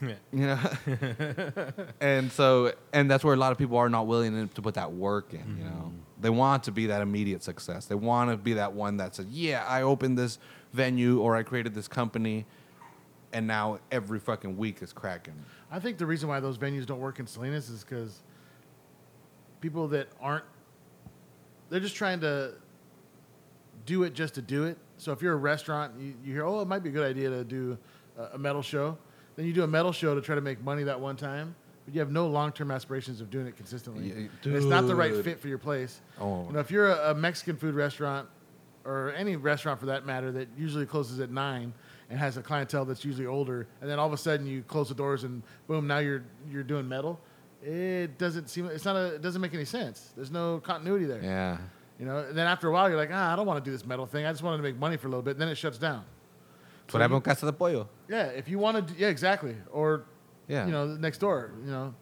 S2: Yeah.
S1: You know, and so and that's where a lot of people are not willing to put that work in. You know, they want to be that immediate success. They want to be that one that says, "Yeah, I opened this venue or I created this company." And now every fucking week is cracking.
S3: I think the reason why those venues don't work in Salinas is because people that aren't, they're just trying to do it just to do it. So if you're a restaurant, you, you hear, oh, it might be a good idea to do a, a metal show. Then you do a metal show to try to make money that one time, but you have no long term aspirations of doing it consistently.
S1: Yeah,
S3: And it's not the right
S1: dude.
S3: fit for your place.
S1: Oh.
S3: You know, if you're a, a Mexican food restaurant or any restaurant for that matter that usually closes at nine and has a clientele that's usually older, and then all of a sudden you close the doors and boom, now you're you're doing metal. It doesn't seem it's not a it doesn't make any sense. There's no continuity there.
S1: Yeah.
S3: You know, and then after a while you're like, ah, I don't want to do this metal thing. I just wanted to make money for a little bit. And then it shuts down.
S1: What happened with Casa de Pollo?
S3: Yeah, if you want to, yeah, exactly. Or
S1: Yeah.
S3: you know, next door. You know,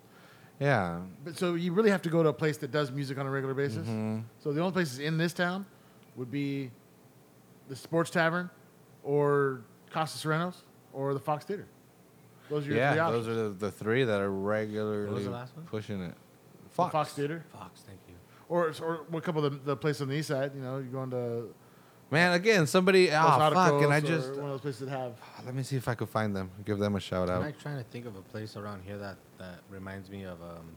S1: Yeah.
S3: But so you really have to go to a place that does music on a regular basis.
S1: Mm-hmm.
S3: So the only places in this town would be the Sports Tavern, or Costa Serranos, or the Fox Theater. Those are your three
S1: Yeah,
S3: options.
S1: those are the, the three that are regularly
S2: last one?
S1: pushing it.
S3: The Fox Theater,
S2: Fox, thank you.
S3: or or a couple of the, the places on the east side. You know, you're going to
S1: Man, again, somebody. Ah,
S3: Los
S1: fuck. And I
S3: Altos or
S1: just.
S3: one of those places that have.
S1: ah, let me see if I could find them. Give them a shout
S2: I'm
S1: out.
S2: like trying to think of a place around here that, that reminds me of um,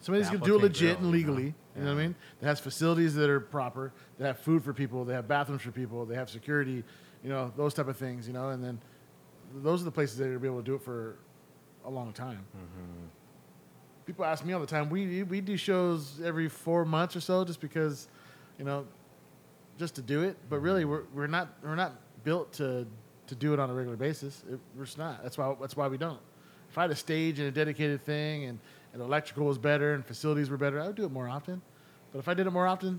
S3: Somebody's
S2: The
S3: gonna do
S2: Appleton
S3: it legit
S2: Grill,
S3: and
S2: you know?
S3: legally. You know, what I
S2: Yeah.
S3: mean? That has facilities that are proper. That have food for people. They have bathrooms for people. They have security. You know, those type of things. You know, and then those are the places that are gonna be able to do it for a long time.
S2: Hmm.
S3: People ask me all the time. We we do shows every four months or so, just because, you know, just to do it. But really, we're we're not we're not built to to do it on a regular basis. It, we're just not. That's why that's why we don't. If I had a stage and a dedicated thing, and, and electrical was better and facilities were better, I would do it more often. But if I did it more often,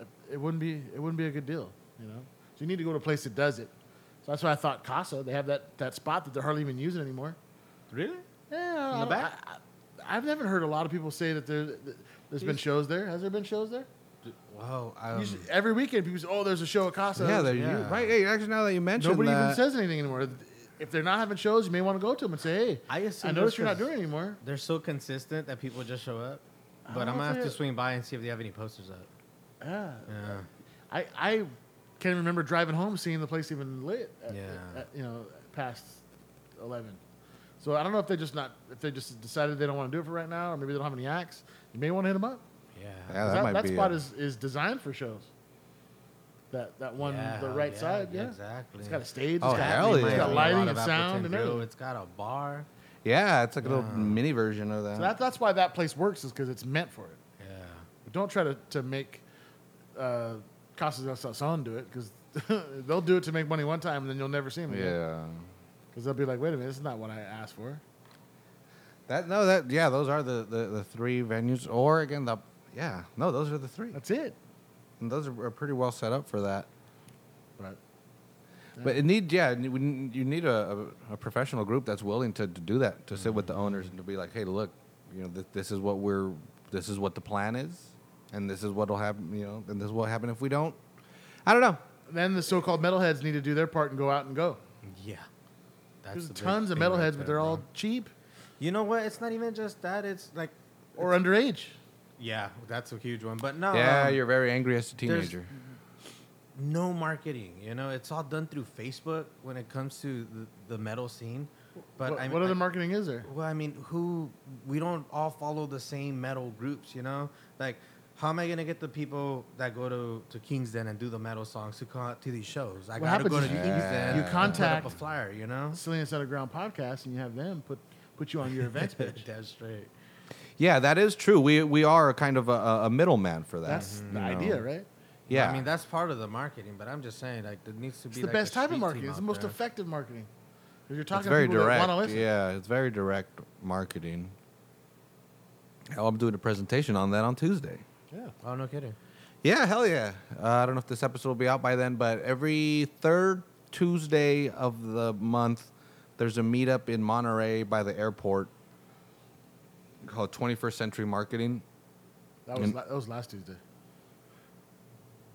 S3: it, it wouldn't be it wouldn't be a good deal. You know, so you need to go to a place that does it. So that's why I thought Casa. They have that that spot that they're hardly even using anymore.
S2: really
S3: Yeah, I
S2: the
S3: don't-
S2: back?
S3: I, have never heard a lot of people say that there that there's been shows there. Has there been shows there?
S2: Wow,
S3: Usually, every weekend people say, "Oh, there's a show at Casa."
S1: Um, yeah, they're You,
S2: yeah.
S1: right. Hey, actually, now that you mentioned
S3: Nobody
S1: that,
S3: even says anything anymore. If they're not having shows, you may want to go to them and say, "Hey,
S2: I
S3: I,
S2: assume
S3: noticed
S2: that's
S3: you're not
S2: 'cause-
S3: doing it anymore."
S2: they're so consistent that people just show up.
S3: I
S2: But
S3: don't
S2: I'm
S3: know
S2: gonna
S3: if
S2: have to
S3: they-
S2: swing by and see if they have any posters up.
S3: Yeah,
S2: Yeah,
S3: I I can remember driving home seeing the place even lit. At,
S2: Yeah.
S3: at- you know, past eleven. So I don't know if they just not if they just decided they don't want to do it for right now, or maybe they don't have any acts. You may want to hit them up.
S2: yeah.
S1: yeah, that,
S3: that
S1: might
S3: that
S1: be.
S3: spot
S1: it.
S3: is, is designed for shows. That that one
S2: Yeah,
S3: the right
S2: yeah,
S3: side, yeah.
S2: exactly.
S3: It's got a stage.
S1: Oh,
S3: it's got,
S1: hell
S3: it's
S1: yeah.
S3: got
S1: A
S3: lighting and sound and everything.
S2: It's got a bar.
S1: yeah, it's like a little
S2: Yeah.
S1: mini version of that.
S3: So that, that's why that place works is because it's meant for it.
S2: Yeah,
S3: But don't try to, to make uh, Casas del Sazon do it because They'll do it to make money one time, and then you'll never see them again.
S1: Yeah.
S3: Because they'll be like, wait a minute, this is not what I asked for.
S1: That no, that yeah, those are the, the, the three venues. Or again, the yeah, no, those are the three,
S3: That's it.
S1: and those are, are pretty well set up for that.
S3: But
S1: But it need yeah, it would- you need a, a, a professional group that's willing to, to do that to sit with the owners and to be like, hey, look, you know, th- this is what we're this is what the plan is, and this is what'll happen, you know, and this is what'll happen if we don't. I don't know.
S3: then the so called metalheads need to do their part and go out and go.
S2: Yeah.
S3: There's
S2: the big
S3: tons of
S2: thing
S3: metalheads,
S2: right
S3: but
S2: there,
S3: they're all
S2: bro.
S3: cheap
S2: You know what? It's not even just that. It's like.
S3: or underage.
S2: Yeah, that's a huge one. But no.
S1: yeah,
S2: um,
S1: you're very angry as a
S2: there's-
S1: teenager.
S2: no marketing. You know, it's all done through Facebook when it comes to the, the metal scene. But
S3: what,
S2: I mean,
S3: what other
S2: I-
S3: marketing is there?
S2: Well, I mean, who we don't all follow the same metal groups, you know? Like, how am I gonna get the people that go to, to Kingsden and do the metal songs to come out to these shows? I
S3: What
S2: gotta go to
S3: happens
S1: is
S2: Kingsden.
S1: you- you
S2: and put up
S3: contact-
S2: a flyer, you know?
S3: Silliness Underground podcast, and you have them put put you on your events page.
S2: That's straight.
S1: Yeah, that is true. We we are kind of a, a a middleman for that.
S3: That's
S1: you
S3: the
S1: know.
S3: idea, right?
S1: Yeah,
S2: I mean, that's part of the marketing, but I'm just saying, like, there needs to
S3: It's
S2: be
S3: the
S2: like,
S3: best
S2: a
S3: type
S2: street
S3: of marketing.
S2: team
S3: It's the
S2: out
S3: most
S2: there.
S3: effective marketing. 'Cause You're talking
S1: it's very
S3: to people that
S1: direct.
S3: want to listen.
S1: Yeah, it's very direct marketing. Hell, I'm doing a presentation on that on Tuesday.
S3: yeah.
S2: Oh, no kidding.
S1: Yeah, hell yeah. Uh, I don't know if this episode will be out by then, but every third Tuesday of the month, there's a meetup in Monterey by the airport called 21st Century Marketing.
S3: That was
S1: And-
S3: la- that was last Tuesday.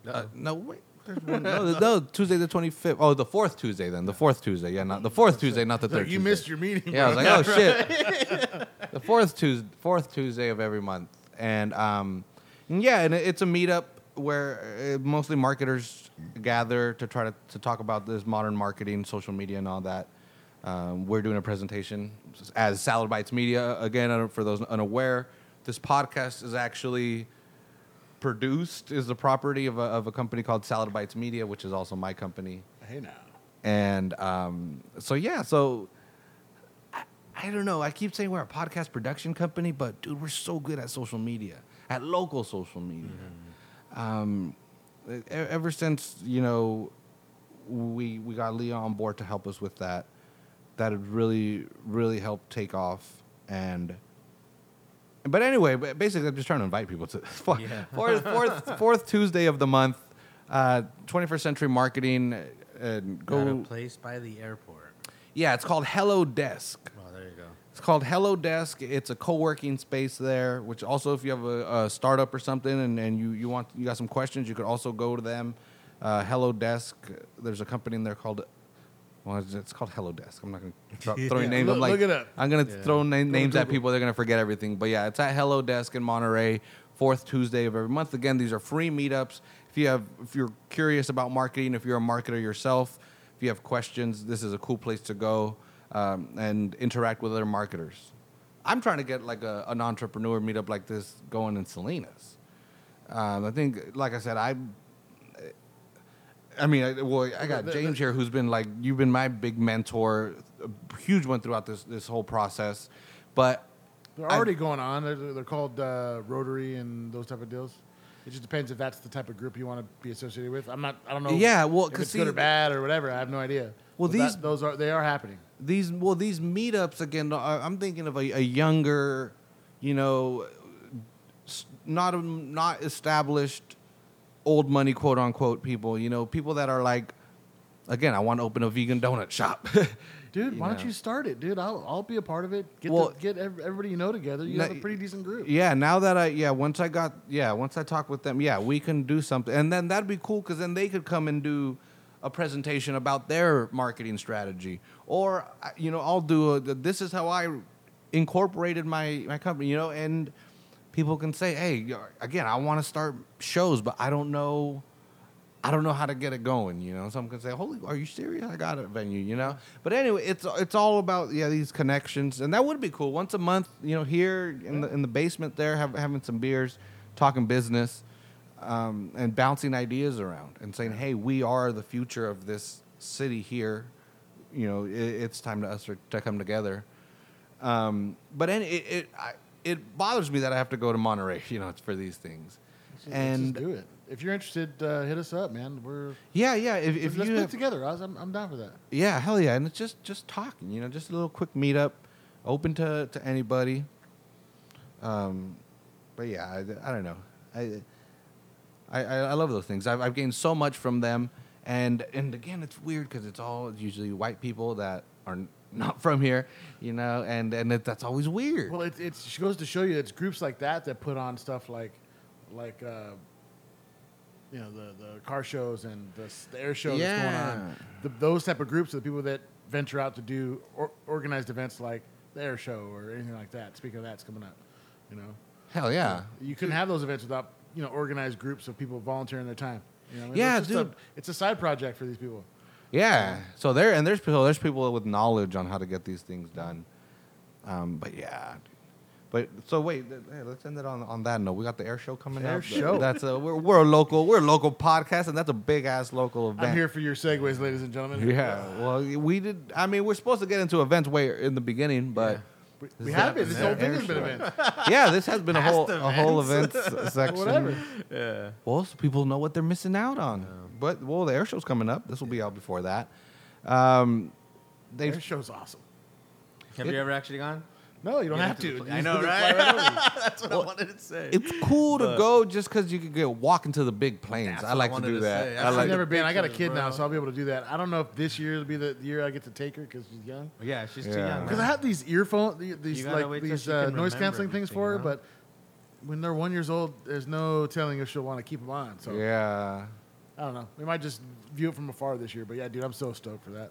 S1: Uh, no, wait. there's one- no, no, Tuesday the 25th. Oh, the fourth Tuesday then. The fourth Tuesday. Yeah, not the fourth Tuesday, not the
S3: It's like,
S1: third.
S3: you
S1: Tuesday.
S3: missed your meeting.
S1: Yeah, I was
S3: bro.
S1: like, oh shit. the fourth Tuesday, fourth Tuesday of every month, and um, and yeah, and it- it's a meetup where uh, mostly marketers gather to try to, to talk about this modern marketing, social media, and all that. Um, we're doing a presentation as Salad Bites Media again. I don't- For those unaware, this podcast is actually produced is the property of a, of a company called Salad Bites Media, which is also my company
S3: Hey now.
S1: and um, so yeah, so I, I don't know. I keep saying we're a podcast production company, but dude, we're so good at social media, at local social media. Um, e- ever since you know we we got Leah on board to help us with that, that had really really helped take off and. But anyway, ba- basically, I'm just trying to invite people to fourth,
S2: Yeah.
S1: fourth, fourth, fourth Tuesday of the month, uh, 21st Century Marketing. uh, And
S2: Go.
S1: go
S2: a place by the airport.
S1: yeah, it's called Hello Desk.
S2: Oh, there you go.
S1: It's called Hello Desk. It's a co-working space there, which also if you have a, a startup or something and, and you, you want you got some questions, you could also go to them. Uh, Hello Desk. There's a company in there called well, it's- it's called Hello Desk. I'm not gonna drop, throw any
S3: Yeah,
S1: names. I'm
S3: look-
S1: like,
S3: look it up.
S1: I'm gonna
S2: Yeah.
S1: throw na- names at
S3: Google.
S1: people. They're gonna forget everything. But yeah, it's at Hello Desk in Monterey, fourth Tuesday of every month. Again, these are free meetups. If you have, if you're curious about marketing, if you're a marketer yourself, if you have questions, this is a cool place to go um, and interact with other marketers. I'm trying to get like a, an entrepreneur meetup like this going in Salinas. Um, I think, like I said, I. I mean, I, well, I got
S3: The- the-
S1: James here, who's been like, you've been my big mentor, a huge one throughout this this whole process. But
S3: They're already going on. They're, they're called uh, Rotary and those type of deals. It just depends if that's the type of group you want to be associated with. I'm not. I don't know.
S1: Yeah, well,
S3: if
S1: 'cause
S3: it's good
S1: see-
S3: or bad or whatever. I have no idea.
S1: Well,
S3: But that-
S1: these-
S3: those are they are happening.
S1: these well these meetups again I- i'm thinking of a, a younger you know s- not not established old money quote unquote people you know people that are like again i want to open a vegan donut shop
S3: Dude, why
S1: know.
S3: don't you start it, dude? I'll, I'll be a part of it. Get
S1: Well-
S3: the, get ev- everybody you know together. You
S1: No,
S3: have a pretty decent group.
S1: Yeah, now that I yeah, once I got yeah, once I talked with them, yeah, we can do something, and then that'd be cool because then they could come and do a presentation about their marketing strategy, or uh, you know, I'll do a, this is how I incorporated my my company, you know, and people can say, hey, again, I want to start shows, but I don't know. I don't know how to get it going, you know. Some can say, "Holy, are you serious? I got a venue," you know. But anyway, it's it's all about yeah these connections, and that would be cool. Once a month, you know, here in the in the basement, there have, having some beers, talking business, um, and bouncing ideas around, and saying, "Hey, we are the future of this city here." You know, it, it's time to us to to come together. Um, but any, it it, I, it bothers me that I have to go to Monterey, you know, for these things,
S3: Just- just
S1: and
S3: do it. if you're interested, uh, hit us up, man. We're
S1: Yeah, yeah. If, if
S3: let's
S1: you
S3: put it
S1: have-
S3: together, Oz. I'm, I'm down for that.
S1: yeah, hell yeah, and it's just just talking, you know, just a little quick meetup, open to to anybody. Um, but yeah, I, I don't know, I, I I I love those things. I've I've gained so much from them, and and again, it's weird because it's all usually white people that are not from here, you know, and and it, that's always weird.
S3: Well, it, it's she goes to show you it's groups like that that put on stuff like, like, uh, you know, the, the car shows and the, s- the air show that's going
S1: Yeah.
S3: on. The, those type of groups are the people that venture out to do or, organized events like the air show or anything like that. Speaking of that's coming up, you know,
S1: hell yeah.
S3: you couldn't have those events without you know organized groups of people volunteering their time. You know, what I mean?
S1: Yeah,
S3: it's just a-
S1: dude.
S3: it's a side project for these people.
S1: Yeah. So there and there's people there's people with knowledge on how to get these things done. Um, but yeah. But so wait, th- hey, let's end it on, on that note. We got the air show coming
S3: Air
S1: up.
S3: show.
S1: That's a we're, we're a local we're a local podcast and that's a big ass local event.
S3: I'm here for your segues, ladies and gentlemen.
S1: Yeah. Well, we did. I mean, we're supposed to get into events way in the beginning, but
S3: we,
S1: This
S3: we
S1: is
S3: have
S1: a-
S3: been. This whole
S1: an air
S3: thing has been
S1: show.
S3: events.
S1: yeah, this has been a
S2: Past
S1: whole a whole events s- section.
S3: Whatever.
S2: Yeah.
S1: Well, so people know what they're missing out on. But well, the air show's coming up. This will be out before that. Um, they
S3: Air show's awesome.
S2: Have
S1: It-
S2: you ever actually gone?
S3: No, you don't
S2: You
S3: have
S2: get
S3: to.
S2: pl-
S3: You
S2: I
S3: just
S2: know,
S3: fly
S2: right?
S3: over.
S2: That's what I wanted to say.
S1: It's cool to
S2: But-
S1: go just because you could get walk into the big planes.
S2: That's
S1: I
S2: what I
S1: like to
S2: wanted
S1: do
S2: to
S1: that.
S2: say.
S1: I
S2: That's
S1: like.
S3: I've never been. I got a
S2: pictures,
S3: kid now,
S2: bro.
S3: so I'll be able to do that. I don't know if this year will be the year I get to take her because she's young.
S2: yeah, she's too
S1: Yeah.
S2: young.
S3: Because
S2: man.
S3: I have these earphone, the- these
S2: You gotta
S3: like
S2: wait till
S3: these
S2: she
S3: uh,
S2: can
S3: noise
S2: remember
S3: canceling things
S2: everything,
S3: for her,
S2: you know?
S3: but when they're one years old, there's no telling if she'll want to keep them on. So
S1: yeah,
S3: I don't know. We might just view it from afar this year. But yeah, dude, I'm so stoked for that.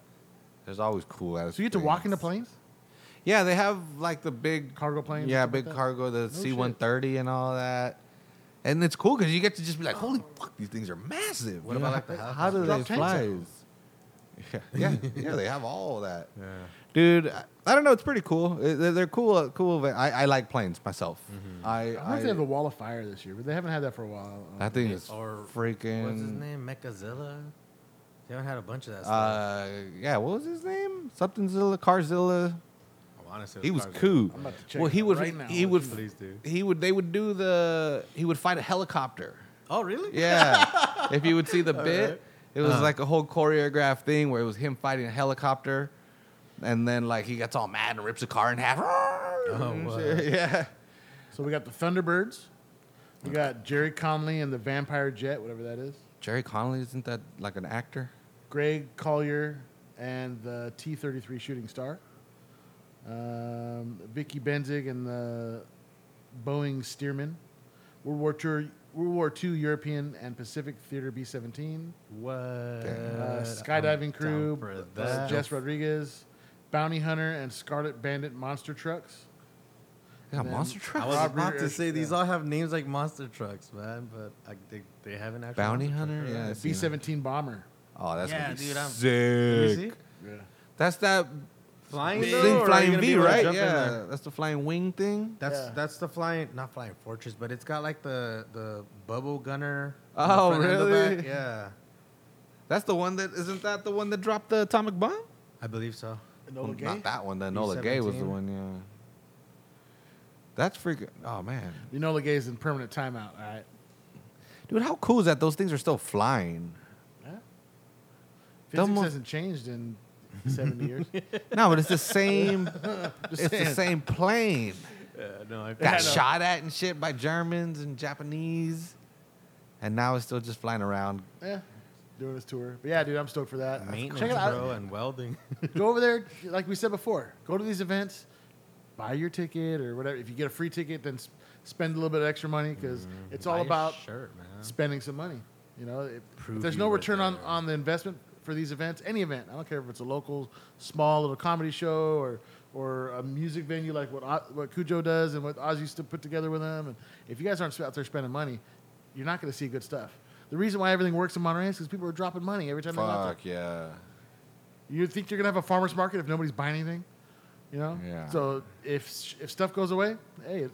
S1: there's always cool.
S3: So you get to walk into
S1: experience.
S3: planes,
S1: Yeah, they have like the big
S3: cargo planes.
S1: Yeah,
S3: and stuff
S1: big
S3: like that?
S1: cargo, the C one thirty and all that. And it's cool because you get to just be like, holy fuck, these things are massive.
S2: What
S1: You
S2: about,
S1: know,
S2: like, the
S1: how, how
S2: helicopters?
S1: do they
S3: Drop tanks
S1: fly?
S3: in
S1: Yeah, yeah, yeah, they have all that.
S2: Yeah.
S1: Dude, I, I don't know. It's pretty cool. Uh, They're, they're cool. uh, Cool. event. I, I like planes myself. I,
S3: Mm-hmm. I wonder
S1: I,
S3: if they have the Wall of Fire this year, but they haven't had that for a while.
S1: I think it's
S2: Or
S1: freaking.
S2: What's his name? Mechazilla. They haven't had a bunch of that stuff.
S1: Uh, yeah, what was his name? Somethingzilla, Carzilla.
S2: Honestly,
S1: He was cool.
S3: I'm about to check
S1: Well, he
S3: it
S1: would.
S3: right now.
S1: he would.
S2: Please do.
S1: He would. They would do the. He would fight a helicopter.
S2: Oh, really?
S1: Yeah. if you would see the bit,
S2: right. Uh-huh.
S1: it was like a whole choreographed thing where it was him fighting a helicopter, and then like he gets all mad and rips a car in half.
S2: Oh, wow.
S1: yeah.
S3: So we got the Thunderbirds. We got Jerry Conley and the Vampire Jet, whatever that is.
S1: Jerry Connolly isn't that like an actor?
S3: Greg Collier and the T 33 Shooting Star. Um, Vicky Benzig and the Boeing Stearman. World War II, World War II European and Pacific Theater B 17.
S2: What?
S3: Uh, skydiving
S2: I'm
S3: crew.
S2: down for
S3: uh,
S2: that.
S3: Jess Rodriguez. Bounty Hunter and Scarlet Bandit Monster Trucks.
S1: Yeah,
S3: Then-
S1: monster truck.
S2: I was
S3: Robert
S2: about to
S3: Ash-
S2: say these
S3: yeah.
S2: all have names like monster trucks, man, but I, they, they haven't actually.
S1: Bounty
S2: monster
S1: hunter.
S2: truck,
S1: Yeah.
S2: right?
S1: I've seen
S3: Uh, B
S1: it.
S3: 17 Bomber.
S1: Oh, that's
S2: Yeah,
S1: gonna be
S2: dude, I'm- Let me
S1: sick.
S2: see.
S3: Yeah.
S1: That's that
S2: Flying
S1: Thing
S2: though, or are you
S1: flying
S2: gonna be
S1: V,
S2: able to
S1: right?
S2: jump in there?
S1: Yeah, that's the flying wing thing.
S2: That's
S3: Yeah.
S2: that's the flying, not flying fortress, but it's got like the the bubble gunner. on the
S1: Oh,
S2: front and the
S1: really?
S2: back. Yeah,
S1: That's the one that isn't that the one that dropped the atomic bomb?
S2: I believe so.
S3: Enola
S1: Well,
S3: Gay.
S1: Not that one. The Nola Gay was the
S2: B-17.
S1: one. Yeah. That's freaking. Oh man,
S3: Enola Gay is in permanent timeout. All right.
S1: dude, how cool is that? Those things are still flying.
S3: Yeah.
S1: Don't
S3: Physics
S1: mo-
S3: hasn't changed in 70 years.
S1: No, but it's the same. it's the
S3: saying.
S1: same plane.
S2: Yeah, no, I
S1: Got
S3: I know.
S1: shot at and shit by Germans and Japanese, and now it's still just flying around.
S3: yeah, doing this tour. But yeah, dude, I'm stoked for that.
S2: maintenance,
S3: Check it out.
S2: bro, and welding.
S3: Go over there, like we said before. Go to these events, buy your ticket or whatever. If you get a free ticket, then s- spend a little bit of extra money because it's
S2: Buy
S3: all
S2: your
S3: about
S2: shirt, man.
S3: spending some money. You know, if, if
S2: Prove
S3: there's
S2: you
S3: no
S2: were
S3: return on,
S2: there.
S3: on the investment for these events, any event. I don't care if it's a local, small little comedy show or or a music venue like what O- what Cujo does and what Oz used to put together with them. And if you guys aren't out there spending money, you're not going to see good stuff. The reason why everything works in Monterey is because people are dropping money every time they go out there.
S1: yeah.
S3: You think you're gonna have a farmers market if nobody's buying anything, you know?
S1: Yeah.
S3: So if if stuff goes away, hey,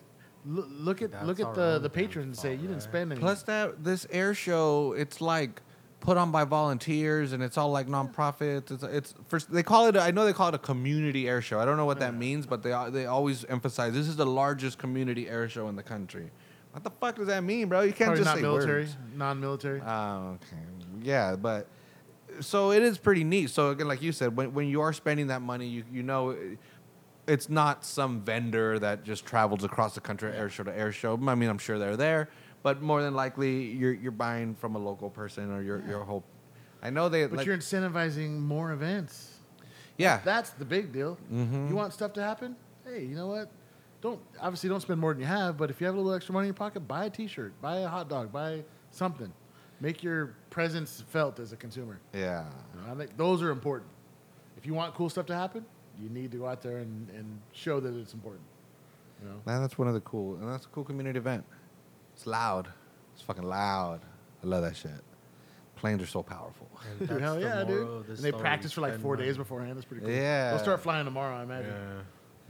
S3: look, look at look
S2: That's
S3: at
S2: our
S3: the
S2: own
S3: the patrons and say you
S2: downfall,
S3: didn't
S2: right?
S3: spend anything.
S1: Plus that this air show, it's like put on by volunteers and it's all like nonprofits. It's it's first they call it I know they call it a community air show. I don't know what that means, but they al- they always emphasize this is the largest community air show in the country. What the fuck does that mean, bro? You can't
S3: Probably
S1: just
S3: not
S1: say
S3: military,
S1: words.
S3: non-military.
S1: Oh, okay. Yeah, but so it is pretty neat. So again, like you said, when when you are spending that money, you you know. it- It's not some vendor that just travels across the country air show to air show. I mean, I'm sure they're there, but more than likely, you're you're buying from a local person or your your whole. I know they.
S3: but
S1: like, Ah.
S3: you're incentivizing more events.
S1: yeah,
S3: That's the big deal.
S1: Mhm.
S3: You want stuff to happen? Hey, you know what? Don't obviously don't spend more than you have, but if you have a little extra money in your pocket, buy a T-shirt, buy a hot dog, buy something. Make your presence felt as a consumer.
S1: yeah.
S3: You know, I think those are important. If you want cool stuff to happen, you need to go out there and, and show that it's important. You know?
S1: Man, that's one of the cool, and that's a cool community event. It's loud. It's fucking loud. I love that shit. Planes are so powerful.
S2: And
S3: Dude,
S2: that's
S3: hell
S2: the
S3: yeah, dude.
S2: moral of
S3: And
S2: this
S3: they
S2: story.
S3: practice for like
S2: Spend
S3: four
S2: money.
S3: days beforehand. That's pretty cool.
S1: Yeah.
S3: They'll start flying tomorrow, I imagine.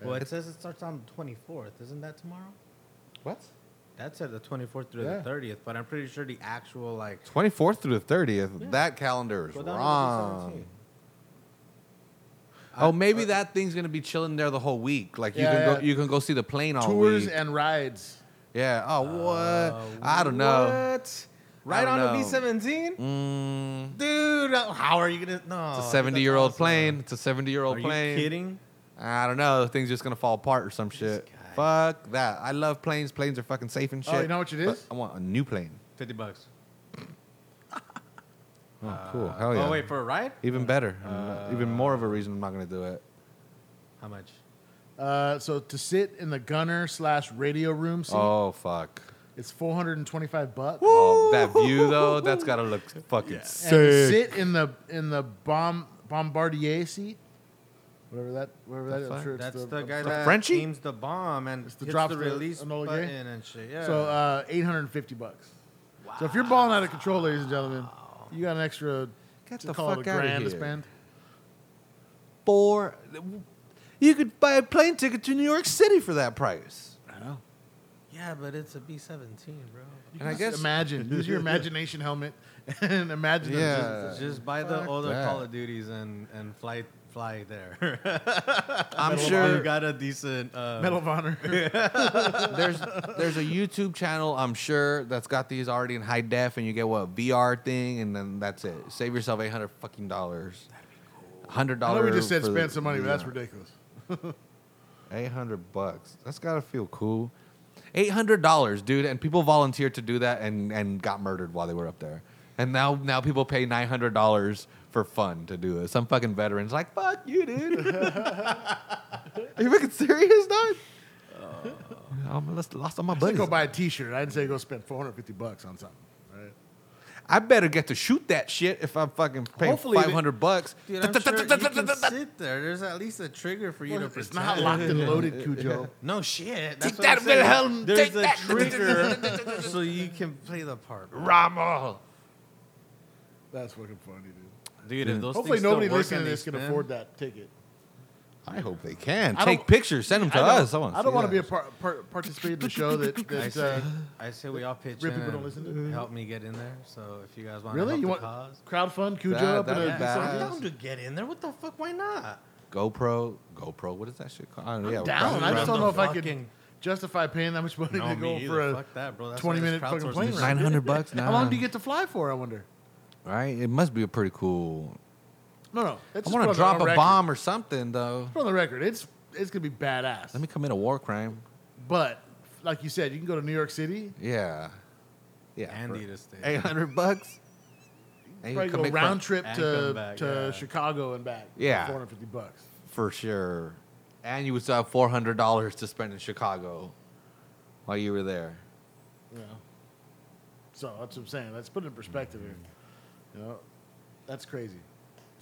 S2: Well, it says it starts on the twenty fourth. Isn't that tomorrow?
S1: What?
S2: That said, the twenty fourth through
S3: Yeah.
S2: the thirtieth. But I'm pretty sure the actual like
S1: 24th through the 30th.
S2: Yeah.
S1: That calendar is
S2: Go down to the
S1: wrong.
S2: 17.
S1: Oh, maybe
S2: Uh,
S1: that thing's gonna be chilling there the whole week. Like you
S3: Yeah,
S1: can
S3: yeah.
S1: go, you can go see the plane all
S3: Tours
S1: week.
S3: and rides.
S1: yeah. Oh, what?
S2: Uh,
S1: I don't know.
S2: What? Right
S1: don't
S2: on a
S1: know.
S2: B seventeen,
S1: Mm,
S2: dude. uh, How are you gonna? No,
S1: it's a
S2: that's
S1: 70 year old
S2: awesome.
S1: plane. It's a 70 year old
S2: uh, Are
S1: plane.
S2: you kidding?
S1: I don't know. The thing's just gonna fall apart or some shit.
S2: guy.
S1: Fuck that. I love planes. Planes are fucking safe and
S3: Oh,
S1: shit.
S3: you know what it
S1: But
S3: is?
S1: I want a new plane.
S2: Fifty bucks.
S1: Oh, cool.
S2: Uh,
S1: Hell yeah.
S2: Oh wait, for a ride?
S1: even better. I'm not- even more of a reason I'm not gonna do it.
S2: How much?
S3: Uh, so to sit in the gunner slash radio room seat,
S1: Oh fuck.
S3: it's 425 bucks.
S1: Oh, that view though, that's gotta look fucking
S3: And to
S1: sick.
S3: sit in the in the bomb bombardier seat, whatever that whatever that
S1: The
S3: is.
S1: fuck?
S3: I'm sure it's
S2: That's the,
S3: the,
S2: guy
S1: the
S2: that
S1: Frenchie?
S2: aims the bomb and
S3: It's the
S2: the, hits
S3: drops
S2: the
S3: the
S2: release
S3: Enola Gay?
S2: button and shit. Yeah.
S3: So uh, 850 bucks. So if you're balling out of control, ladies and gentlemen, you got an extra
S1: Get
S3: to
S1: the
S3: call it a
S1: fuck outta
S3: grand to
S1: here.
S3: spend.
S1: Four. You could buy a plane ticket to New York City for that price.
S3: I know.
S2: yeah, but it's a B seventeen, bro.
S1: And I guess
S3: imagine use your imagination helmet and imagine. the
S1: Yeah.
S3: business.
S2: Just buy the
S1: Fuck
S2: all the
S1: that.
S2: Call of Duties and and fly fly there.
S1: I'm
S2: If
S1: sure
S2: you got a decent uh,
S3: Medal of Honor.
S1: there's there's a YouTube channel I'm sure that's got these already in high def, and you get what a VR thing, and then that's it. Save yourself eight hundred fucking dollars. Hundred
S3: I know
S1: dollars.
S3: we just said spend some money, but that's ridiculous.
S1: Eight hundred bucks. That's gotta feel cool. Eight hundred dollars, dude, and people volunteered to do that and and got murdered while they were up there. And now now people pay nine hundred dollars for fun to do this. Some fucking veterans like fuck you, dude. Are you fucking serious, dog? I almost lost all my
S3: I said
S1: buddies.
S3: go buy a T-shirt. I didn't say go spend 450 bucks on something. Right?
S1: I better get to shoot that shit if I'm fucking paying
S3: Hopefully they-
S1: five hundred bucks.
S2: Dude, I'm sure you can sit there. There's at least a trigger for you to
S3: it's
S2: protect.
S3: not locked and loaded, Cujo.
S2: No shit.
S1: Take
S2: That's what I'm
S1: that, Wilhelm,
S2: saying. There's
S1: take
S2: a
S1: that.
S2: trigger so you can play the part. bro.
S1: Rommel.
S3: That's fucking funny, dude.
S2: Dude, if those
S3: Hopefully
S2: things still
S3: nobody
S2: work
S3: listening to
S2: and they
S3: this can
S2: spin-
S3: afford that ticket.
S1: I hope they can
S3: I
S1: take
S3: don't-
S1: pictures. Send them to
S3: I
S1: us.
S3: don't,
S1: wanna
S3: I don't
S1: see
S3: want to
S1: that.
S3: be a part, part, participant in the show that,
S2: I
S3: that
S2: say,
S3: uh,
S2: I say we all pitch
S3: Rip
S2: in
S3: people don't
S2: and
S3: listen to it.
S2: help me get in there. So if you guys want to
S3: really
S2: help
S3: you
S2: the
S3: want
S2: cause,
S3: crowdfund Cujo
S1: That-
S3: up in
S1: that'd
S3: a
S1: be
S2: I'm
S1: badass.
S2: down to get in there. What the fuck? Why not?
S1: GoPro. GoPro. What is that shit called? I don't know. Yeah,
S3: down. I
S1: Rommel.
S3: just
S2: Round
S3: don't know if
S2: the
S3: I could
S2: fucking-
S3: justify paying that much money
S2: No,
S3: to
S2: me
S3: go
S2: either.
S3: for a
S2: Fuck that, bro. That's
S3: 20
S2: why
S3: minute
S2: it's
S3: fucking
S2: crowdsourcing
S3: plane
S2: shit.
S3: ride.
S1: Nine hundred bucks. Nah.
S3: How long do you get to fly for? I wonder.
S1: Right. It must be a pretty cool.
S3: No, no. It's
S1: I want
S3: just put
S1: to
S3: on the-
S1: drop
S3: on
S1: a
S3: record.
S1: bomb or something though.
S3: Put on the record. It's it's gonna be badass.
S1: Let me commit a war crime.
S3: But like you said, you can go to New York City.
S1: Yeah. Yeah.
S2: Andy to stay.
S1: Eight hundred bucks. And you
S3: Probably go
S1: commit cri-
S3: round trip
S2: and
S3: to
S2: come back,
S3: to
S2: yeah.
S3: Chicago and back. for
S1: Yeah.
S3: 450 bucks.
S1: For sure. And you would still have four hundred dollars to spend in Chicago while you were there.
S3: You know. So that's what I'm saying. Let's put it in perspective here. You know, that's crazy.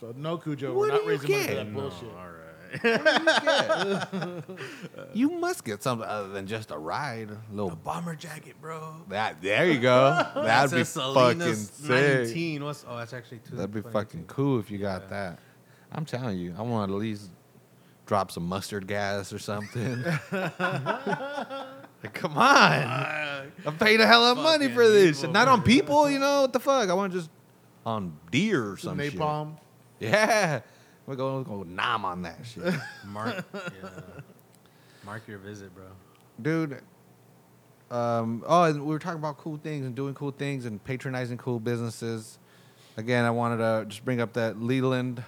S3: So no Cujo,
S1: What
S3: we're
S1: do
S3: not
S1: you
S3: raising money for
S1: get?
S3: that
S2: No,
S3: bullshit. Uh,
S2: all right.
S1: you must get something other than just a ride. A little
S2: Bomber jacket, bro.
S1: that there you go. That'd be
S2: That's a
S1: fucking
S2: Salinas
S1: sick.
S2: 19. What's, oh, that's actually two.
S1: That'd be fucking cool if you got
S2: Yeah.
S1: that. I'm telling you, I want to at least drop some mustard gas or something. Like, Come on, I'm paying a hell of money
S2: Uh, fucking
S1: for this.
S2: evil,
S1: Not on
S2: dude.
S1: people, you know what the fuck. I want to just on deer or some
S3: Some
S1: shit.
S3: napalm.
S1: Yeah. We're going to go nom on that shit.
S2: Mark, yeah. Mark your visit, bro.
S1: Dude, Um, oh, and we were talking about cool things and doing cool things and patronizing cool businesses. Again, I wanted to just bring up that Leland,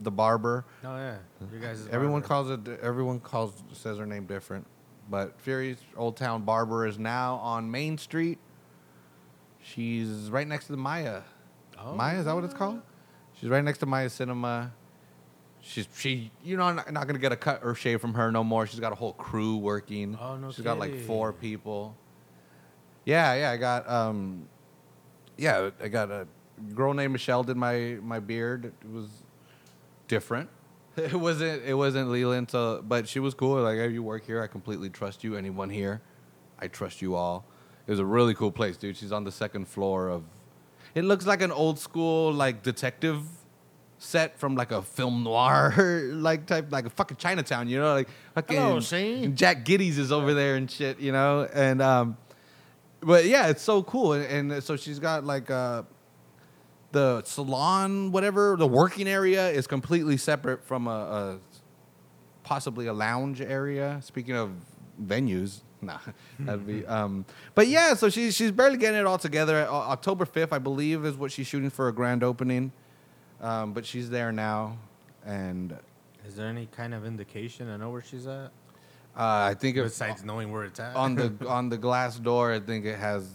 S1: the barber.
S2: Oh yeah, you guys.
S1: Everyone
S2: barber.
S1: calls it. Everyone calls says her name different, but Fury's Old Town Barber is now on Main Street. She's right next to the Maya.
S2: Oh.
S1: Maya is that what it's called? She's right next to Maya Cinema. She's she. You know, I'm not, not gonna get a cut or shave from her no more. She's got a whole crew working.
S2: Oh, no
S1: She's got like
S2: kidding.
S1: four people. Yeah, yeah. I got um, yeah. I got a girl named Michelle did my my beard. It was different. It wasn't. It wasn't Leland. So, but she was cool. Like, hey, you work here. I completely trust you. Anyone here, I trust you all. It was a really cool place, dude. She's on the second floor of. It looks like an old school like detective set from like a film noir like type like a fucking Chinatown. You know, like fucking
S3: Hello, Shane.
S1: Jack Giddies is over there and shit. You know, and um, but yeah, it's so cool. And, and so she's got like uh the salon, whatever the working area is completely separate from a, a possibly a lounge area. Speaking of venues, nah, that'd be. Um, but yeah, so she's she's barely getting it all together. O- October fifth, I believe, is what she's shooting for a grand opening. Um, but she's there now, and uh,
S2: Is there any kind of indication? I know where she's at.
S1: I think it-
S2: Besides knowing where it's at.
S1: on the on the glass door, I think it has.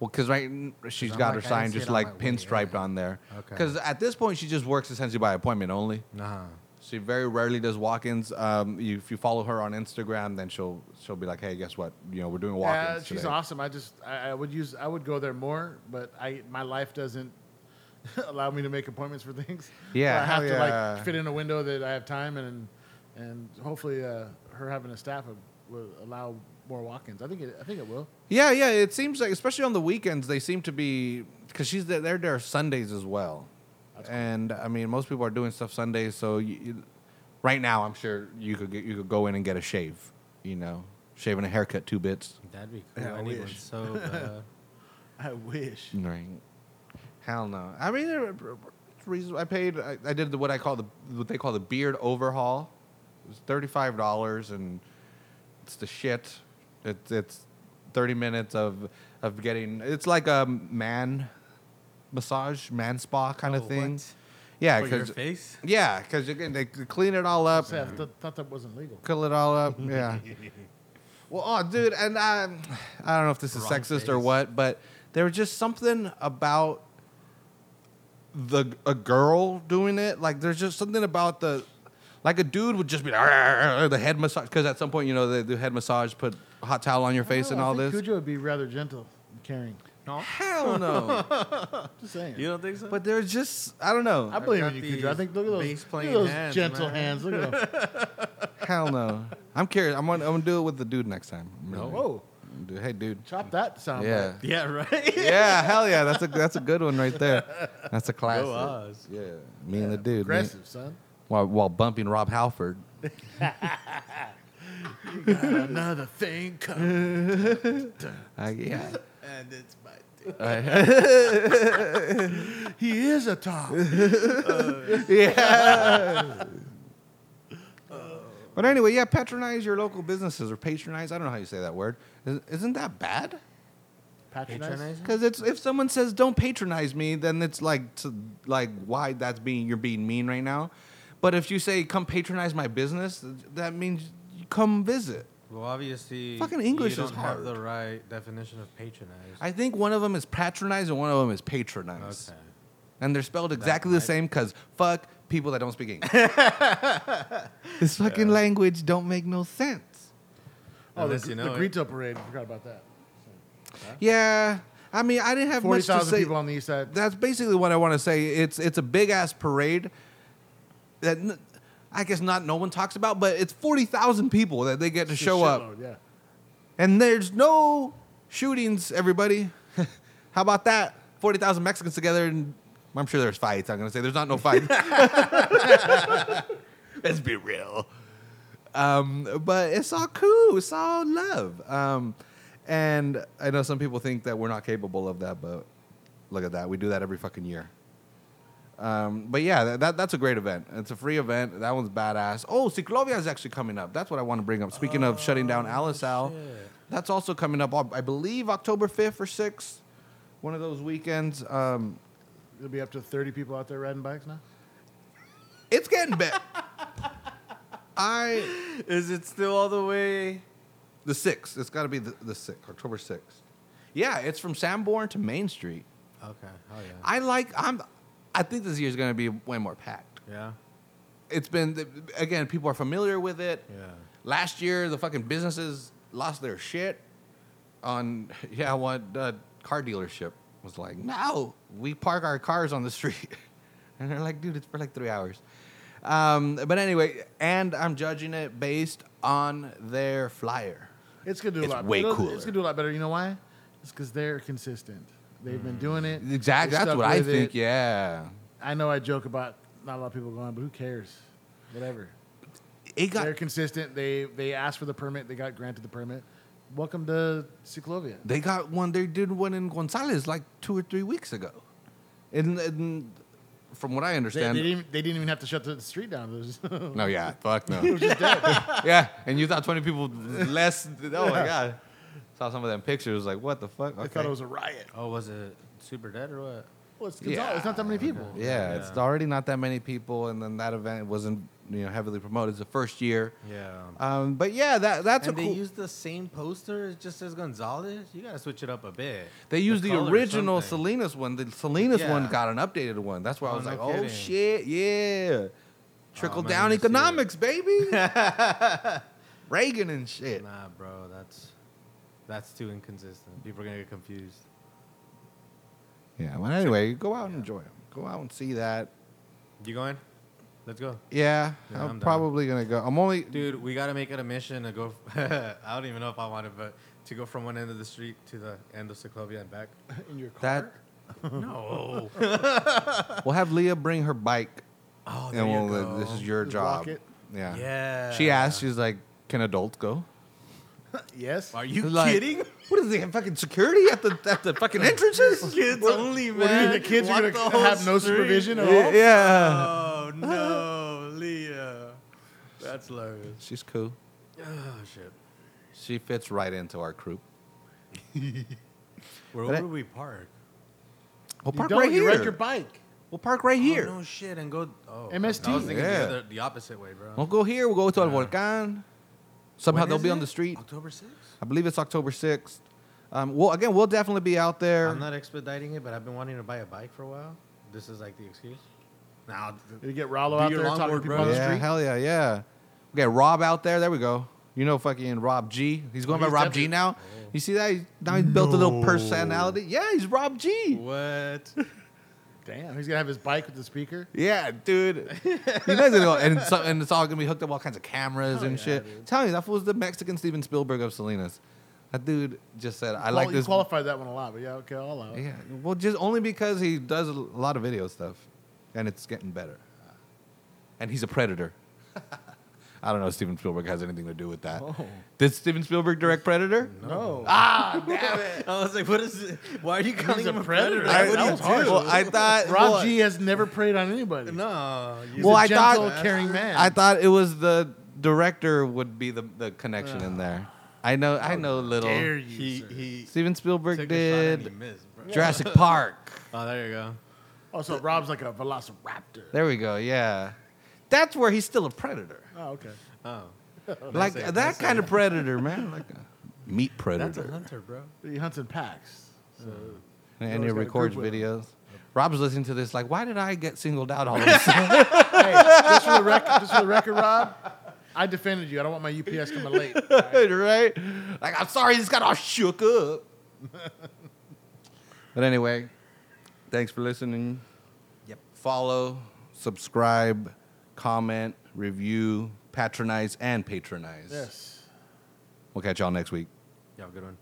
S1: Well, because right, n- she's
S2: I'm
S1: got
S2: like, I
S1: her
S2: didn't
S1: sign
S2: see
S1: just
S2: it on
S1: like
S2: my way,
S1: pinstriped
S2: yeah.
S1: on there.
S2: Okay.
S1: Because at this point, she just works essentially by appointment only.
S2: Nah.
S1: She very rarely does walk-ins. Um, you, if you follow her on Instagram, then she'll she'll be like, "Hey, guess what? You know, we're
S2: Uh,
S1: doing
S3: Yeah,
S1: walk-ins
S3: she's
S1: today."
S3: awesome. I just I, I would use I would go there more, but I my life doesn't allow me to make appointments for things.
S1: Yeah,
S3: I have
S1: hell
S3: to
S1: yeah.
S3: like fit in a window that I have time and and hopefully uh, her having a staff would, would allow more walk-ins. I think it I think it will.
S1: Yeah, yeah. It seems like, especially on the weekends, they seem to be because she's there, they're there Sundays as well. And I mean, most people are doing stuff Sundays, so you, you- right now, I'm sure you could get, you could go in and get a shave. You know, shaving a haircut, two bits.
S2: That'd be cool.
S3: Yeah, I
S2: I need one
S3: wish.
S2: so bad.
S3: I wish.
S1: Right. Hell no. I mean, there- it's reasonable. I paid. I, I did the, what I call the what they call the beard overhaul. It was thirty five dollars, and it's the shit. It's it's thirty minutes of of getting. It's like a man massage, man spa kind of
S2: Oh,
S1: thing.
S2: what?
S1: Yeah,
S2: For your
S1: because
S2: face.
S1: yeah, because they clean it all up,
S3: So I th- thought that wasn't legal.
S1: Kill it all up. Yeah. well, oh, dude, and I, I don't know if this is
S2: Wrong
S1: sexist or
S2: face.
S1: what, but there was just something about the a girl doing it. Like, there's just something about the, like a dude would just be like, "Arr," the head massage because at some point you know they do head massage, put a hot towel on your
S2: Oh,
S1: face and all this.
S3: Cujo would be rather gentle and caring.
S2: No.
S1: Hell no.
S3: Just saying.
S2: You don't think so?
S1: but there's just I don't know.
S3: I believe in
S2: got
S3: you, Cujo. I
S2: these
S3: think look at those,
S2: bass
S3: look at
S2: playing
S3: those
S2: hands,
S3: gentle
S2: man.
S3: hands. Look at them.
S1: Hell no. I'm curious. I'm gonna, I'm gonna do it with the dude next time.
S2: No.
S3: Whoa,
S1: Dude, Hey, dude.
S3: chop that sound.
S1: Yeah.
S2: yeah. Right.
S1: yeah, hell yeah, that's a that's a good one right there. That's a classic.
S2: Go Oz.
S1: Yeah, me and the dude. me-
S3: Aggressive, son.
S1: while while bumping Rob Halford.
S3: Another thing comes.
S1: I, yeah.
S2: And it's my.
S1: I-
S3: He is a top.
S1: yeah. But anyway, yeah, patronize your local businesses or patronize. I don't know how you say that word. Is- Isn't that bad?
S3: Patronize.
S2: Patronizing?
S1: Because it's if someone says don't patronize me, then it's like to, like why that's being you're being mean right now. But if you say come patronize my business, that means you come visit.
S2: Well, obviously,
S1: Fucking English
S2: you don't
S1: is
S2: have the right definition of patronize.
S1: I think one of them is patronize and one of them is patronize.
S2: okay.
S1: And they're spelled exactly the
S2: might-
S1: same because fuck people that don't speak English. this fucking language don't make no sense.
S3: Oh, the,
S2: Unless you know
S3: the
S2: it.
S3: Grito parade. I forgot about that.
S1: Yeah. I mean, I didn't have
S3: Forty
S1: much to
S3: thousand
S1: say.
S3: people on the east side.
S1: That's basically what I want to say. It's it's a big ass parade that n- I guess not no one talks about, but it's 40,000 people that they get to
S3: Just
S1: show up.
S3: shitload, Yeah.
S1: And there's no shootings, everybody. How about that? 40,000 Mexicans together, and I'm sure there's fights. I'm going to say there's not no fight. Let's be real. Um, but it's all cool. It's all love. Um, and I know some people think that we're not capable of that, but look at that. We do that every fucking year. Um, but yeah, that, that, that's a great event. It's a free event. That
S2: Oh,
S1: one's badass. Oh, Ciclovia is actually coming up. That's what I want to bring up. Speaking of shutting down Alisal, That's also coming up, I believe, October 5th or 6th, one of those weekends. Um,
S3: There'll be up to 30 people out there riding bikes now.
S1: it's getting better. I
S2: Is it still all the way?
S1: The sixth. It's got to be the, the sixth, October sixth. Yeah, it's from Sanborn to Main Street.
S2: Okay. Oh yeah.
S1: I like. I'm. I think this year's going to be way more packed.
S2: yeah.
S1: It's been again. People are familiar with it.
S2: Yeah.
S1: Last year, the fucking businesses lost their shit. On yeah, one uh, car dealership was like, no, we park our cars on the street, and they're like, dude, it's for like three hours. Um, but anyway, and I'm judging it based on their flyer.
S3: It's gonna do
S1: It's
S3: a lot.
S1: way
S3: it'll-
S1: cooler.
S3: It's gonna do a lot better. You know why? It's because they're consistent. They've been doing it.
S1: Exactly.
S3: They
S1: That's
S3: stuck
S1: what I
S3: with
S1: think.
S3: it.
S1: Yeah.
S3: I know I joke about not a lot of people going, but who cares? Whatever.
S1: It got
S3: they're consistent. They they asked for the permit. They got granted the permit. Welcome to Ciclovia.
S1: they got one. They did one in Gonzales like two or three weeks ago, and, and from what I
S3: They, they
S1: understand,
S3: didn't, they didn't even have to shut the street down. It was just- it
S1: no, yeah, fuck no,
S3: was just dead.
S1: yeah. And you thought twenty people less? Oh my god! Saw some of them pictures. Like what the fuck?
S3: I thought it was a riot.
S2: Oh, was it super dead or what?
S3: Well, it's, Gonzales. it's not that many people.
S1: Yeah, it's
S2: Yeah.
S1: already not that many people, and then that event wasn't you know heavily promoted. It's the first year,
S2: Yeah.
S1: um, but yeah, that that's
S2: and
S1: a
S2: they
S1: cool.
S2: use the same poster. It just says Gonzalez. You gotta switch it up a bit.
S1: They used the,
S2: color or
S1: original
S2: something.
S1: Salinas one. The Salinas one
S2: Yeah.
S1: got an updated one. That's why I
S2: Oh,
S1: was
S2: no
S1: like, oh
S2: kidding. Oh,
S1: shit, yeah. Trickle
S2: man, I
S1: down
S2: didn't see it.
S1: economics, baby. Reagan and shit.
S2: Nah, bro, that's that's too inconsistent. People are gonna get confused.
S1: Yeah, well, anyway, go out and enjoy them. Go out and see that.
S2: You going? Let's go,
S1: Yeah,
S2: Yeah,
S1: I'm,
S2: I'm down.
S1: probably going to go. I'm only.
S2: dude. We gotta make it a mission to go. I don't even know if I want it, but to go from one end of the street to the end of Sokovia and back.
S3: In your car.
S1: That
S2: no.
S1: we'll have Leah bring her bike,
S2: Oh, there
S1: and
S2: you
S1: we'll, uh,
S2: go.
S1: this is your
S3: Just
S1: job.
S3: walk it.
S1: Yeah.
S2: Yeah.
S1: She asked. She's like, "Can adults go?"
S3: yes.
S2: Are you
S1: Like,
S2: kidding?
S1: What is it? Fucking security at the at the fucking entrances?
S2: Kids only,
S3: What do you mean the kids
S2: Walk
S3: are
S2: the
S3: gonna
S2: whole
S3: have no
S2: street.
S3: supervision at all?
S1: yeah.
S2: Oh no, Leah. That's hilarious.
S1: She's cool.
S2: Oh shit.
S1: She fits right into our crew.
S2: Where
S1: But I-
S2: would we park?
S1: We'll
S3: You
S1: park
S3: don't,
S1: right
S3: you
S1: here.
S3: ride your bike.
S1: we'll park right here.
S2: Oh, no shit, and go. Oh,
S3: MST.
S2: I was thinking
S1: Yeah.
S2: the, other, the opposite way, bro.
S1: We'll go here. We'll go to El
S2: Yeah.
S1: Volcan. Somehow
S2: When
S1: they'll
S2: is
S1: be on
S2: it?
S1: the street.
S2: October 6th?
S1: I believe it's October 6th. Um, well, again, we'll definitely be out there.
S2: I'm not expediting it, but I've been wanting to buy a bike for a while. This is like the excuse. Now,
S3: You get Rollo
S2: Do
S3: out
S2: your
S3: there talking to
S2: longboard,
S3: people
S2: bro.
S3: on the
S1: yeah,
S3: street.
S1: hell yeah, yeah. We got Rob out there. There we go. You know fucking Rob G. He's going
S3: Oh,
S1: by
S3: he's
S1: Rob G
S3: definitely- Oh.
S1: now. You see that? He's- Now he's built a little personality. Yeah, he's Rob G.
S2: what?
S3: Damn, he's gonna have his bike with the speaker.
S1: Yeah, dude. you know he's gonna go, and, so, and it's all gonna be hooked up all kinds of cameras
S3: Hell
S1: and
S3: yeah,
S1: shit.
S3: dude.
S1: Tell you, that was the Mexican Steven Spielberg of Salinas. That dude just said, "I like
S3: Well, you
S1: this."
S3: Qualified that one a lot, but yeah, okay, I'll allow it.
S1: Yeah, well, just only because he does a lot of video stuff, and it's getting better. And he's a predator. I don't know if Steven Spielberg has anything to do with that.
S3: Oh.
S1: Did Steven Spielberg direct Predator?
S3: No.
S1: Ah,
S2: Damn it. I was like, what is it? Why are you calling
S3: a
S2: him a
S3: predator.
S2: predator?
S1: I,
S3: That
S2: What do you
S3: was
S2: do?
S3: hard.
S1: well, I thought
S3: Rob
S1: well,
S3: G has never preyed on anybody.
S2: No. you-
S3: He's
S1: Well,
S3: a
S1: I thought-
S3: gentle, caring man.
S1: I thought it was the director would be the, the connection in there. I know, I know little.
S3: Ah. dare you,
S2: he,
S3: sir.
S2: he
S1: Steven
S2: took
S1: Spielberg
S2: a shot and he
S1: did
S2: missed, bro.
S1: Jurassic Park.
S2: Oh, there you go.
S3: Also, Rob's like a velociraptor.
S1: There we go. Yeah, that's where he's still a predator.
S3: Oh, okay.
S2: Oh.
S1: like
S2: Nice save,
S1: that
S2: nice
S1: kind of predator, man. Like a meat
S2: That's a
S1: predator.
S2: hunter, bro.
S3: He hunts in packs. So
S1: and
S3: You
S1: and he
S3: always got a
S1: records
S3: group with him.
S1: videos. Rob's listening to this, like, why did I get singled out all of a sudden?
S3: hey, just for the record, just for the record, Rob, I defended you. I don't want my UPS coming late.
S1: right? Like, I'm sorry, this got all shook up. but anyway, thanks for listening.
S2: Yep.
S1: Follow, subscribe, comment, review, patronize, and patronize.
S3: Yes.
S1: We'll catch y'all next week.
S2: Yeah, good one.